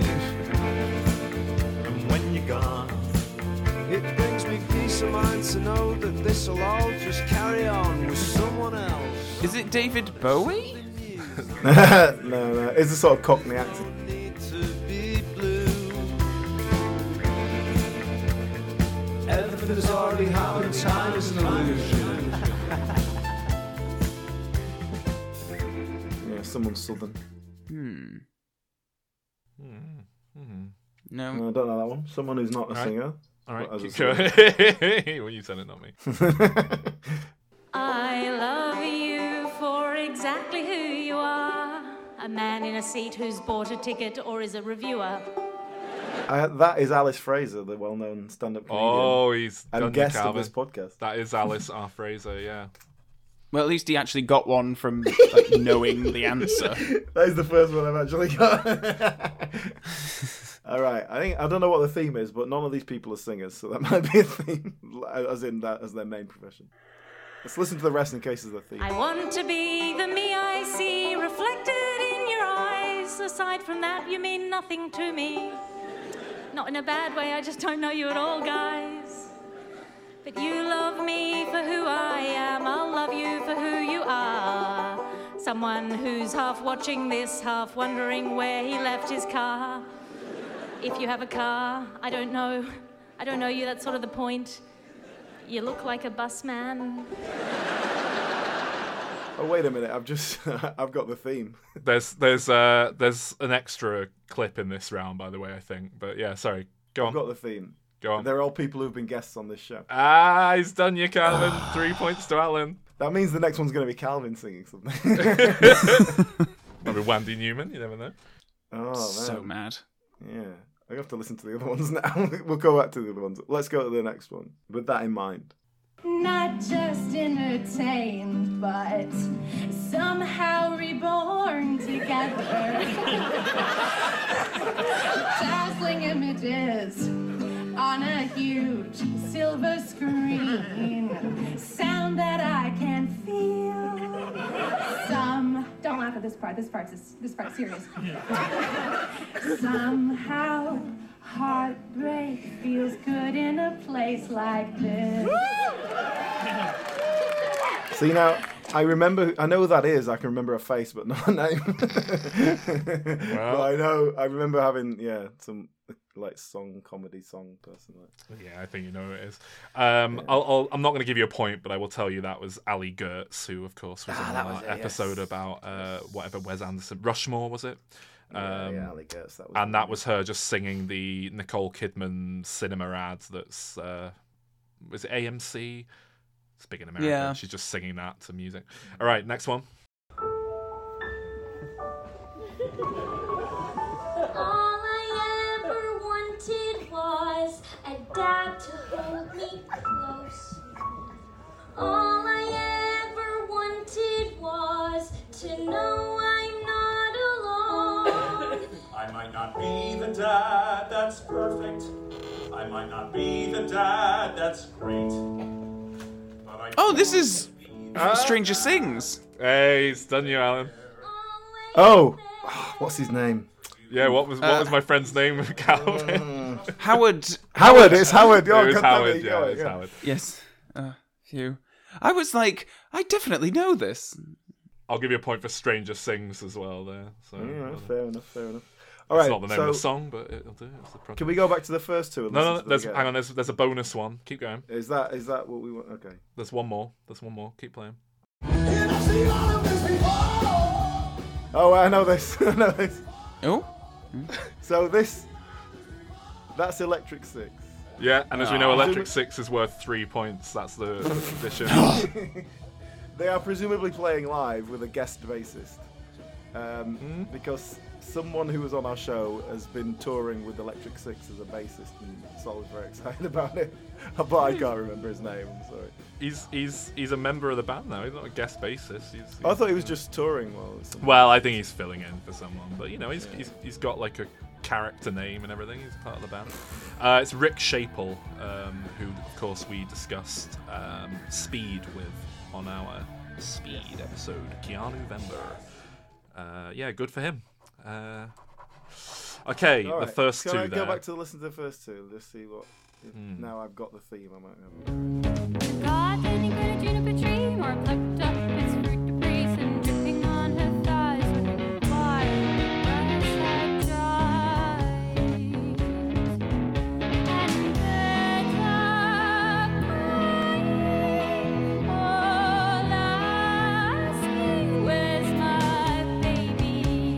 F: And when you're gone,
L: It brings me peace of mind to know that this'll all just carry on with someone else.
B: Is it David Bowie?
C: no, no, it's a sort of Cockney accent.
L: Need to be blue. Everything's already happened, time is an illusion.
C: Yeah, someone southern.
B: Hmm.
A: Mhm.
B: No.
C: No, I don't know that one. Someone who's not a
A: Alright.
C: singer. [LAUGHS]
A: All right,
C: Well, as I
A: keep going. [LAUGHS] well, you said it,
C: [LAUGHS]
A: not me.
K: I love you for exactly who you are. A man in a seat who's bought a ticket or is a reviewer.
C: I, that is Alice Fraser, the well-known stand-up comedian
A: Oh, he's done
C: and
A: the
C: guest of
A: Calvin.
C: this podcast.
A: That is
C: [LAUGHS]
A: Alice R. Fraser, yeah.
B: Well, at least he actually got one from like, knowing the answer.
C: That is the first one I've actually got. All right, I think I don't know what the theme is, but none of these people are singers, so that [LAUGHS] might be a theme, as in that as their main profession. Let's listen to the rest in case it's a theme.
K: I want to be the me I see reflected in your eyes. Aside from that, you mean nothing to me. Not in a bad way, I just don't know you at all, guys. But you love me for who I am, I'll love you for who you are. Someone who's half watching this, half wondering where he left his car. If you have a car, I don't know. I don't know you, that's sort of the point. You look like a bus man.
C: Oh wait a minute, I've just [LAUGHS] I've got the theme.
A: There's there's uh there's an extra clip in this round, by the way, I think. But yeah, sorry. Go
C: I've
A: on.
C: got the theme.
A: Go on.
C: They're all people who've been guests on this show.
A: Ah, he's done you, Calvin.
C: [SIGHS]
A: Three points to
C: [LAUGHS]
A: Alan. [LAUGHS]
C: That means the next one's going to be Calvin singing something.
A: Maybe Wendy Newman, you never know.
C: [LAUGHS] oh man,
B: So mad.
C: yeah. I have to listen to the other ones [LAUGHS] now. we'll go back to the other ones. Let's go to the next one with that in mind.
E: Not just entertained, but somehow reborn together. Dazzling images on a huge silver screen. Sound that I can feel. Some don't laugh at this part. This part's this part's serious. Somehow heartbreak feels good in a place like this.
C: See now, I remember. I know who that is. I can remember a face, but not a name. [LAUGHS] but I know. I remember having yeah some like song comedy song person. Like.
A: Yeah, I think you know who it is. Um, I'll, I'll, I'm not going to give you a point, but I will tell you that was Ali Gertz, who, of course,
C: Ah,
A: was on our episode about uh, whatever Wes Anderson, Rushmore, was it? Um,
C: oh, yeah, Ali Gertz. That was
A: and that was her just singing the Nicole Kidman cinema ad. That's uh, was it AMC? It's big in America.
B: Yeah.
A: She's just singing that to music. All right, next one.
K: All I ever wanted was a dad to hold me close. All I ever wanted was to know I'm not alone.
H: I might not be the dad that's perfect. I might not be the dad that's great. But I
B: Oh, this is Stranger Things.
A: Hey, it's done you, Alan.
C: Oh, [SIGHS] What's his name?
A: Yeah, what was what
C: Uh,
A: was my friend's name, [LAUGHS]
C: Mm.
A: Calvin?
B: Howard.
C: Howard, it's Howard. Oh,
A: it was
C: God damn it,
A: Howard.
C: you
A: Yeah,
C: got
A: it
C: it,
A: was
C: yeah.
A: Howard.
B: Yes. Uh, phew. I was like, I definitely know this.
A: I'll give you a point for Stranger Things as well. There. So
C: All right,
A: well,
C: fair enough, fair enough. All
A: That's not
C: right,
A: the name of the
C: so-
A: song, but it'll do. It's the project.
C: Can we go back to the first two? and listen
A: No, no,
C: to them
A: there's,
C: again?
A: hang on. There's, there's a bonus one. Keep going.
C: Is that is that what we want? Okay.
A: There's one more. There's one more. Keep playing.
C: Oh, I know this. [LAUGHS] I know this.
B: Oh.
C: So this, that's Electric Six.
A: Yeah, and as we know,
C: Ah.
A: Electric Six is worth three points. That's
C: [LAUGHS]
A: the the condition.
C: They are presumably playing live with a guest bassist, um,
A: Hmm?
C: because someone who was on our show has been touring with Electric Six as a bassist, and Sol was very [LAUGHS] excited about it. But I can't remember his name. I'm sorry.
A: he's he's he's a member of the band now. He's not a guest bassist. He's,
C: I thought he was just touring while. Or something.
A: Well, I think he's filling in for someone, but you know, he's he's, he's got like a character name and everything. He's part of the band. Uh, it's Rick Shapel, um, who of course we discussed um, Speed with on our Speed episode, Keanu Vember. Uh, yeah, good for him. Uh, okay,
C: All
A: the
C: right,
A: first
C: Can
A: two
C: I
A: there. Hmm.
C: go back to listen to the first two? Let's see what. if- Now I've got the theme. I might remember.
K: God bending her juniper tree, more plucked up its fruit debris and dripping on her thighs with her blood that dries. And better crying or asking, "Where's my baby?"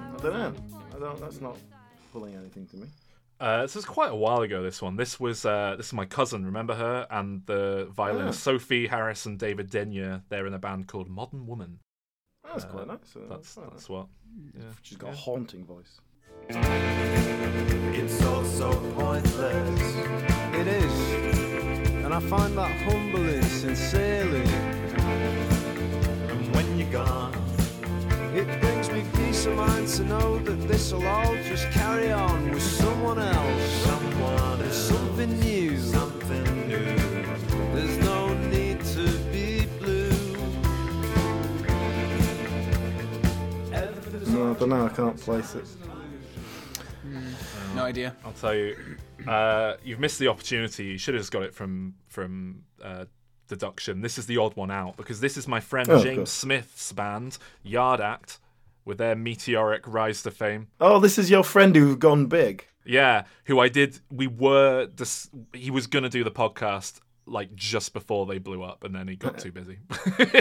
C: I don't know. I don't. That's not pulling anything to me.
A: Uh, this was quite a while ago. This one. This was uh, this is my cousin. Remember her and the violinist
C: Ah.
A: Sophie Harris and David Denyer. They're in a band called Modern Woman.
C: That's quite nice. uh,
A: That's
C: quite
A: that's what. Yeah.
C: nice. She's got a haunting voice.
L: It's all so pointless. It is. And I find that humbling, sincerely. And when you're gone, it brings me peace of mind to know that this'll all just carry on with someone else. Someone else. Something new. Something new. There's no need to be blue.
C: No, I don't know. I can't place it.
B: No idea.
A: I'll tell you, uh, you've missed the opportunity. You should have just got it from from uh, deduction. This is the odd one out because this is my friend
C: Oh, of
A: James
C: course.
A: Smith's band Yard Act with their meteoric rise to fame.
C: Oh, this is your friend who's gone big.
A: Yeah, who I did. We were. Dis- he was gonna do the podcast like just before they blew up, and then he
C: [LAUGHS]
A: got too busy. [LAUGHS]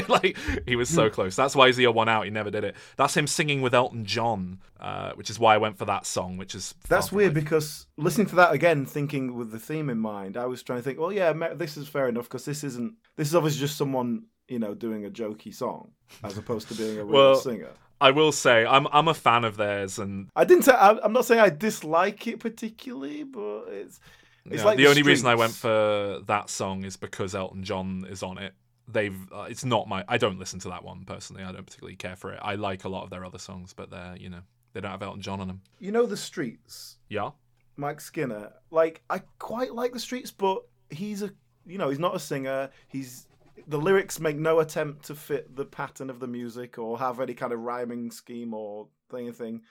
A: like he was
C: Hmm.
A: so close. That's why he's the odd one out. He never did it. That's him singing with Elton John, uh, which is why I went for that song. Which is far
C: That's
A: from
C: weird
A: my-
C: because listening to that again, thinking with the theme in mind, I was trying to think. Well, yeah, ma- this is fair enough because this isn't. This is obviously just someone you know doing a jokey song as opposed to being a real
A: Well,
C: singer.
A: I will say I'm I'm a fan of theirs, and
C: I didn't. Say, I, I'm not saying I dislike it particularly, but it's. It's
A: Yeah,
C: like
A: the, only reason I
C: Streets.
A: went for that song is because Elton John is on it. They've uh, it's not my I don't listen to that one personally. I don't particularly care for it. I like a lot of their other songs, but they're you know they don't have Elton John on them.
C: You know the streets.
A: Yeah,
C: Mike Skinner. Like I quite like the Streets, but he's a you know he's not a singer. He's the lyrics make no attempt to fit the pattern of the music or have any kind of rhyming scheme or thing thing.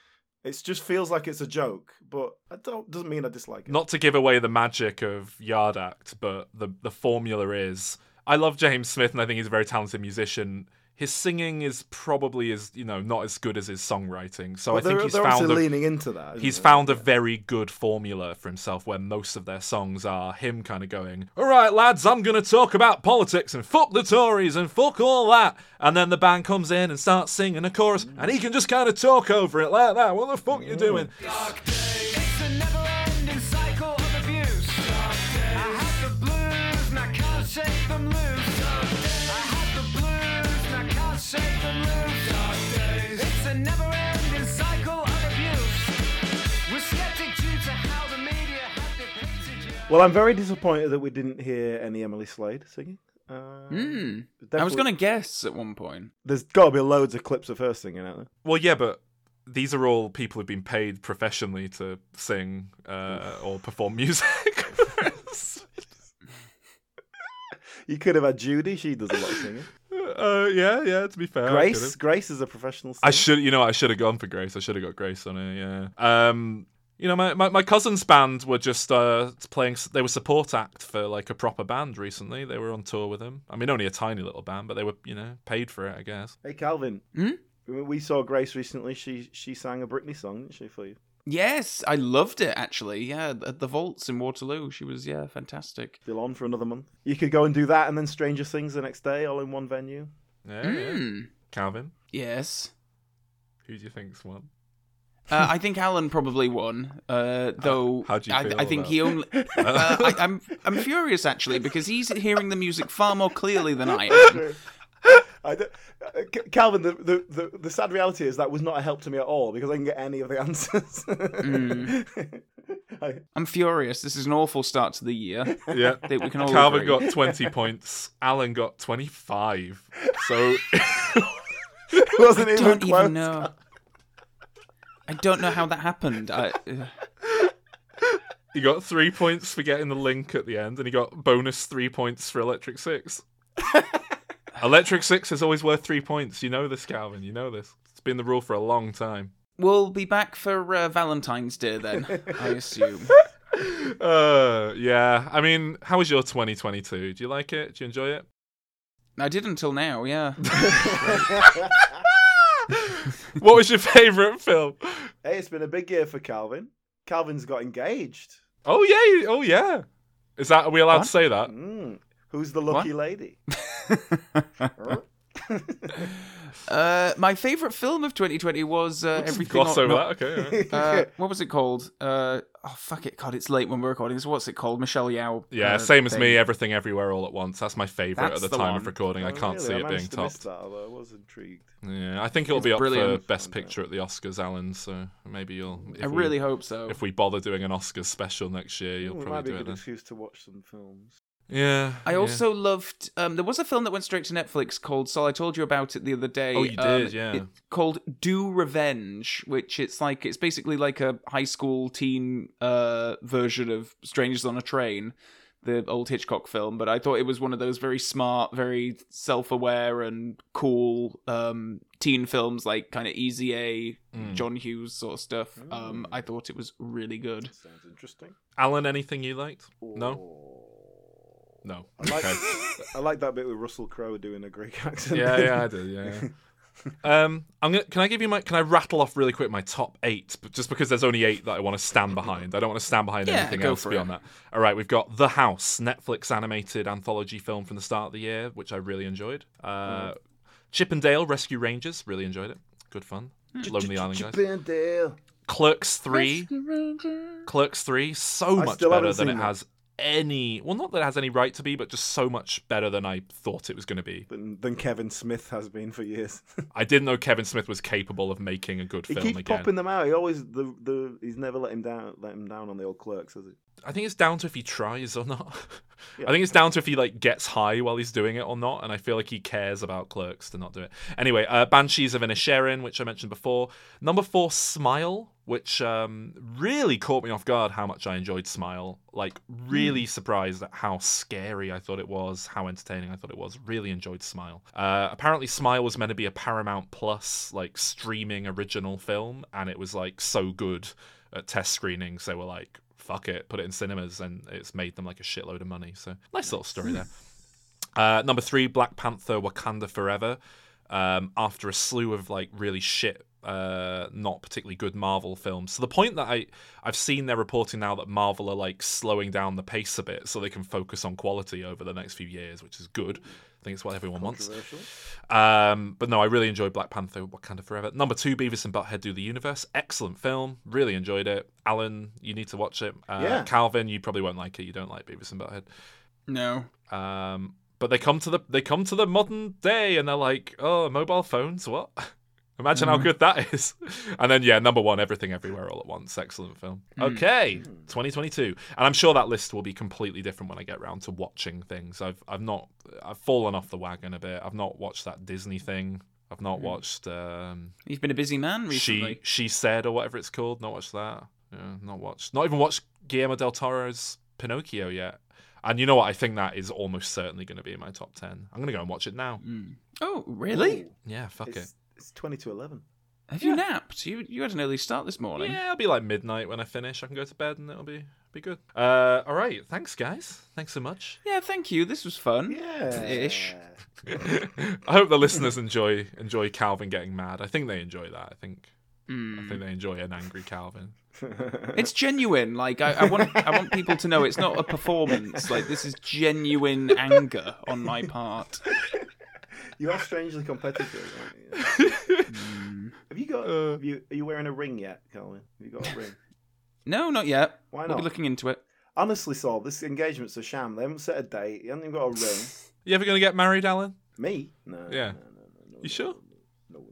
C: It just feels like it's a joke, but I don't doesn't mean I dislike it.
A: not to give away the magic of Yard Act, but the the formula is I love James Smith and I think he's a very talented musician. His singing is probably as you know not as good as his songwriting, so
C: But
A: I think
C: they're,
A: he's
C: they're
A: found
C: obviously
A: a,
C: leaning into that. isn't
A: he's
C: it?
A: found a very good formula for himself where most of their songs are him kind of going, All right, lads, I'm going to talk about politics and fuck the Tories and fuck all that. And then the band comes in and starts singing a chorus and he can just kind of talk over it like that. What the fuck you doing?
L: It's the never ending cycle of abuse. I have the blues and I can't shake them loose. I have the blues and I can't shake them loose. It's a never ending cycle of abuse. We're skeptic due to how the media have depicted you.
C: Well, I'm very disappointed that we didn't hear any Emily Slade singing. Uh,
B: Hmm. I was gonna guess at one point.
C: There's got to be loads of clips of her singing out there.
A: Well, yeah, but these are all people who've been paid professionally to sing uh, or perform [LAUGHS] music. [LAUGHS]
C: You could have had Judy. She does a lot of singing.
A: Uh, yeah, yeah. To be fair, I
C: Grace,
A: could've.
C: Grace is a professional.
A: I
C: singer.
A: should, you know, I should have gone for Grace. I should have got Grace on it. Yeah. Um, you know, my, my, my cousin's band were just uh playing. They were support act for like a proper band recently. They were on tour with them. I mean, only a tiny little band, but they were, you know, paid for it. I guess.
C: Hey Calvin,
B: Hmm?
C: we we saw Grace recently. She she sang a Britney song, didn't she? For you,
B: Yes, I loved it actually. Yeah, at the vaults in Waterloo, she was yeah fantastic.
C: still on for another month. You could go and do that, and then Stranger Things the next day, all in one venue.
A: Yeah. yeah.
B: Mm.
A: Calvin,
B: Yes,
A: who do you think's won?
B: uh, I think Alan probably won. Uh, though,
A: how do you
B: I,
A: feel
B: I think he only.
A: [LAUGHS] about-
B: [LAUGHS] Uh, I, I'm I'm furious actually because he's hearing the music far more clearly than
A: [LAUGHS]
B: I am.
C: [LAUGHS] I don't- uh, C- Calvin, the, the, the, the sad reality is that was not a help to me at all because I can get any of the answers.
B: Hmm.
C: [LAUGHS] I- [LAUGHS]
B: I'm furious. This is an awful start to the year. [LAUGHS]
A: Yeah.
B: I think we can all
A: Calvin
B: agree.
A: got 20 points. Alan got 25. So
C: it wasn't
B: I
C: even
B: don't
C: close.
B: even know. I don't know how that happened. I, uh,
A: he got three points for getting the link at the end, and he got bonus three points for Electric Six. Electric Six is always worth three points. You know this, Calvin. You know this. It's been the rule for a long time.
B: we'll be back for uh, Valentine's Day then.
A: [LAUGHS]
B: I assume.
A: Uh, yeah. I mean, how was your 2022? Do you like it? Do you enjoy it?
B: I did until now. Yeah.
A: What was your favorite film?
C: [LAUGHS] Hey, it's been a big year for Calvin. Calvin's got engaged.
A: Oh yeah. Oh yeah. Is that are we allowed
B: What?
A: to say that?
C: Mm. Who's the lucky
B: [LAUGHS]
C: lady?
B: Uh, my favorite film of 2020 was uh, everything.
A: Gloss
B: All-
A: over
B: no,
A: [LAUGHS] that. Okay. all right.
B: uh, what was it called? Uh, oh fuck it, God, it's late when we're recording. So what's it called? Michelle Yao.
A: Yeah,
B: uh,
A: same as
B: thing.
A: me. Everything, everywhere, all at once. That's my favorite
B: That's
A: at the,
B: the
A: time
B: one.
A: of recording. I
C: Oh,
A: can't
C: really?
A: see it being
C: managed to miss
A: topped.
C: that, although I was intrigued.
A: Yeah, I think it'll be up
B: brilliant.
A: for Best Picture at the Oscars, Alan. So maybe you'll. If
B: I
A: we,
B: really hope so.
A: If we bother doing an Oscars special next year, you'll
C: Ooh, Hmm, it might
A: probably do
C: be a
A: it
C: good
A: then.
C: excuse to watch some films.
A: Yeah.
B: I
A: yeah.
B: also loved. Um, there was a film that went straight to Netflix called. So I told you about it the other day.
A: Oh, you
B: Um,
A: did, yeah.
B: it- called Do Revenge, which it's like it's basically like a high school teen uh, version of Strangers on a Train, the old Hitchcock film. But I thought it was one of those very smart, very self-aware and cool um, teen films, like kind of Easy A,
A: Mm.
B: John Hughes sort of stuff. Um,
A: Hmm.
B: I thought it was really good.
C: Sounds interesting.
A: Alan, anything you liked? No.
C: Or-
A: No.
C: I like,
A: Okay.
C: [LAUGHS] I like that bit with Russell Crowe doing a Greek [LAUGHS] accent.
A: yeah, yeah, I did. Yeah. yeah. um, I'm gonna. Can I give you my? Can I rattle off really quick my top eight? But just because there's only eight that I want to stand behind. I don't want to stand behind
B: Yeah,
A: anything
B: go
A: else
B: for
A: beyond
B: it.
A: that. All right, we've got The House, Netflix animated anthology film from the start of the year, which I really enjoyed.
C: Hmm.
A: Uh, Chip and Dale Rescue Rangers, really enjoyed it. Good fun.
C: Hmm.
A: Lonely Island guys.
C: Chippendale.
A: Clerks three. Clerks three so
C: I
A: much
C: still haven't
A: better than
C: seen
A: it
C: that.
A: has any. Well, not that it has any right to be, but just so much better than I thought it was going to be.
C: Than, than Kevin Smith has been for years. [LAUGHS]
A: I didn't know Kevin Smith was capable of making a good
C: he
A: film
C: keeps
A: again.
C: popping them out. He always the, the he's never let him down let him down on the old clerks, has he?
A: I think it's down to if he tries or not. [LAUGHS] I think it's down to if he like gets high while he's doing it or not, and I feel like he cares about clerks to not do it. Anyway, uh, Banshees of Inisherin, which I mentioned before. Number four, Smile, which um, really caught me off guard how much I enjoyed Smile. Like really surprised at how scary I thought it was, how entertaining I thought it was. Really enjoyed Smile. Uh, apparently, Smile was meant to be a Paramount Plus like streaming original film, and it was like so good at test screenings they were like fuck it put it in cinemas and it's made them like a shitload of money so nice little story there uh, number three black panther wakanda forever um, after a slew of like really shit uh, not particularly good Marvel films. To the point that I I've seen they're reporting now that Marvel are like slowing down the pace a bit so they can focus on quality over the next few years, which is good. I think it's what everyone wants. Um, but no, I really enjoyed Black Panther, Wakanda Forever. Number two, Beavis and Butthead Do the Universe. Excellent film. Really enjoyed it. Alan, you need to watch it. Uh,
C: Yeah.
A: Calvin, you probably won't like it. You don't like Beavis and Butthead.
B: No.
A: Um, but they come to the they come to the modern day and they're like, oh, mobile phones, what? [LAUGHS] Imagine how good that is. And then yeah, number one, everything everywhere all at once. Excellent film. Okay, 2022, and I'm sure that list will be completely different when I get round to watching things. I've I've not I've fallen off the wagon a bit. I've not watched that Disney thing. I've not watched um,
B: You've been a busy man recently.
A: she she said or whatever it's called. Not watched that. Yeah, not watched. Not even watched Guillermo del Toro's Pinocchio yet. And you know what? I think that is almost certainly going to be in my top 10. I'm going to go and watch it now.
B: Oh, really?
A: Yeah, fuck
C: Mm. it's,
A: it.
C: It's twenty to eleven.
B: Have you napped? You you had an early start this morning.
A: Yeah, it'll be like midnight when I finish. I can go to bed and it'll be be good. Uh, all right. Thanks, guys. Thanks so
C: [LAUGHS]
A: much.
B: Yeah, thank you. This was fun.
C: Yeah.
B: Ish.
A: I hope the listeners enjoy enjoy Calvin getting mad. I think they enjoy that. I think I
C: Mm.
A: think they enjoy an angry Calvin.
B: Hmm.
C: [LAUGHS]
B: It's genuine. Like I, I want I want people to know it's not a performance. Like this is genuine anger on my part.
C: You are strangely competitive. Aren't you?
A: [LAUGHS]
C: have you got?
A: Uh,
C: have you, are you wearing a ring yet, Colin? Have you got
A: [LAUGHS]
C: a ring?
B: No, not yet.
C: Why
B: We'll
C: not?
B: be looking into it.
C: Honestly, Saul, this engagement's a sham. They haven't set a date. You haven't even got a
A: [LAUGHS]
C: ring.
A: You ever going to get married, Alan?
C: Me? No.
A: Yeah.
C: No, no, no, no,
A: You sure?
C: No, no,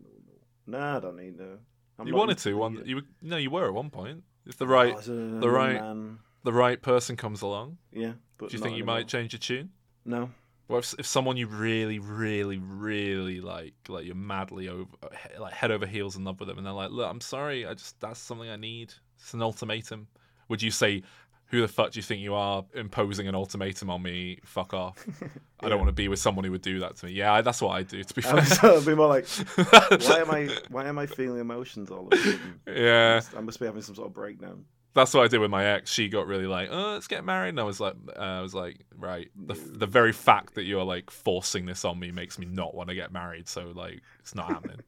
C: no. No, I don't need no. I'm
A: You
C: not
A: wanted
C: into
A: to one.
C: it.
A: You were, no, you were at one point. If the right
C: I was a young
A: the right
C: man.
A: the right person comes along,
C: Yeah. But
A: do you
C: not
A: think you
C: anymore.
A: might change your tune? [LAUGHS]
C: No. [LAUGHS]
A: Well, if, if someone you really, really, really like, like you're madly over, he- like head over heels in love with them, and they're like, "Look, I'm sorry, I just that's something I need. It's an ultimatum." Would you say, "Who the fuck do you think you are, imposing an ultimatum on me? Fuck
C: [LAUGHS]
A: off! I don't want to be with someone who would do that to me." Yeah, I- that's what I do. To be
C: Um,
A: fair,
C: so
A: [LAUGHS]
C: it'd be more like, why am I? Why am I feeling emotions all of a sudden?
A: [LAUGHS]
C: I
A: yeah,
C: must, I must be having some sort of breakdown.
A: that's what I did with my ex. She got really like, "Oh, let's get married," and I was like, uh, "I was like, right, the the very fact that you're like forcing this on me makes me not want to get married. So like, it's not
B: [LAUGHS]
A: happening."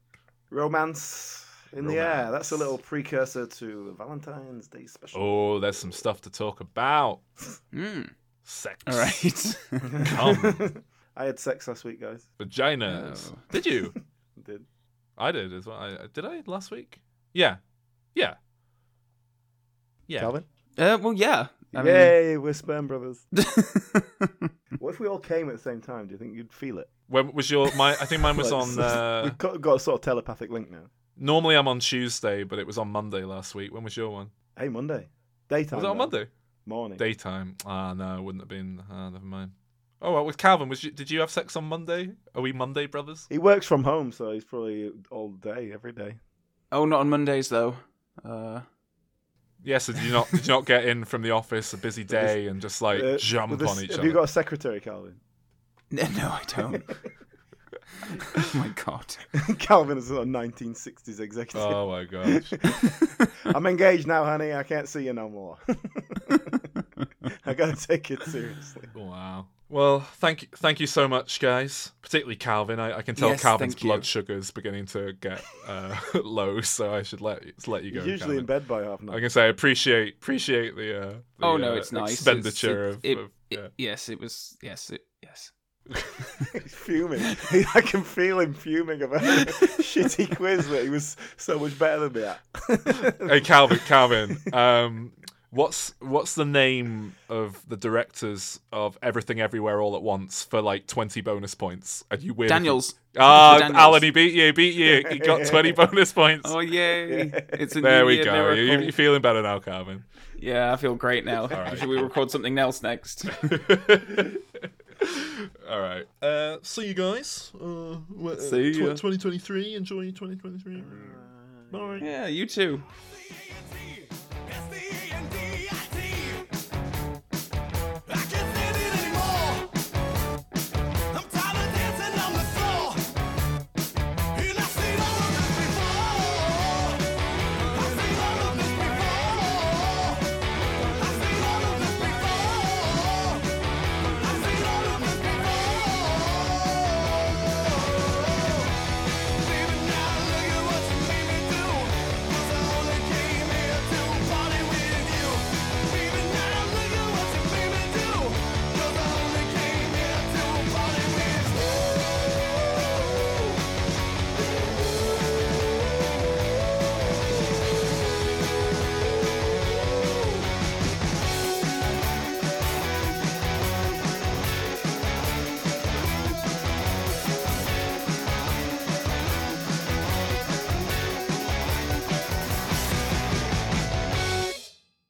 C: Romance in the air. That's a
A: Romance.
C: little precursor to the Valentine's Day special.
A: Oh, there's some stuff to talk about.
B: Mm.
A: Sex.
B: [LAUGHS] All right. [LAUGHS]
A: Come.
C: [LAUGHS] I had sex last week, guys.
B: Oh.
A: Vaginas. Did you?
C: I did.
A: I did as well. I, did I last week? Yeah. Yeah. Yeah.
C: Calvin?
B: uh, well, yeah. I mean-
C: Yay, we're sperm brothers. what if we all came at the same time? Do you think you'd feel it?
A: When was your my I think
C: [LAUGHS]
A: mine was
C: Like,
A: on uh,
C: We've got, got a sort of telepathic link now.
A: normally I'm on Tuesday, but it was on Monday last week. When was your one?
C: Hey, Monday. Daytime.
A: Was it on
C: though.
A: Monday?
C: Morning.
A: Daytime. Ah no, it wouldn't have been ah, never mind. Oh well with Calvin, was you, did you have sex on Monday? Are we Monday brothers?
C: he works from home, so he's probably all day, every day.
B: [LAUGHS] Oh, not on Mondays though. Uh, [LAUGHS]
A: Yeah, so did you not did you not get in from the office a busy day and just like
C: Uh,
A: jump
C: with this-
A: on each
C: have
A: other?
C: you got a secretary, Calvin? [LAUGHS]
B: no, no, I don't. [LAUGHS] oh my god. [LAUGHS]
C: Calvin is a 1960s executive.
A: [LAUGHS] Oh my
C: [LAUGHS]
A: gosh.
C: I'm engaged now, honey. I can't see you no more. [LAUGHS] I gotta take it seriously.
A: Wow. Well, thank you, thank you so much, guys. Particularly Calvin. I, I can tell
B: Yes,
A: Calvin's
B: thank you.
A: blood sugar's beginning to get uh, [LAUGHS] low, so I should let you- let you go.
C: He's usually in
A: Calvin.
C: bed by half
A: I
C: nine.
A: can say I appreciate appreciate the. Uh, the,
B: Oh no,
A: uh,
B: it's nice. It's-
A: Expenditure
B: it- it-
A: of. of
B: it-
A: yeah.
B: Yes, it was. Yes, it. Yes.
A: [LAUGHS]
C: He's fuming. [LAUGHS] I can feel him fuming about [LAUGHS] a shitty quiz that he was so much better than me at.
A: Hey Calvin, Calvin. Um, what's what's the name of the directors of Everything Everywhere All at Once for like twenty bonus points? And you win. if you-
B: Daniels.
A: Ah,
B: Daniels.
A: Alan, he beat you. He beat you. He
B: [LAUGHS]
A: got twenty bonus points. [LAUGHS]
B: Oh yay! It's a
A: There
B: new
A: we
B: year
A: go. You-
B: miracle.
A: You're feeling better now, Carmen.
B: Yeah, I feel great now.
A: right.
B: Should we record something
A: [LAUGHS]
B: else next?
A: [LAUGHS] All right. Uh, see you guys. Uh, wh-
B: See
A: tw-
B: ya.
A: 2023.
B: Uh,
A: Enjoy 2023. Bye.
B: yeah, you too.
J: It's the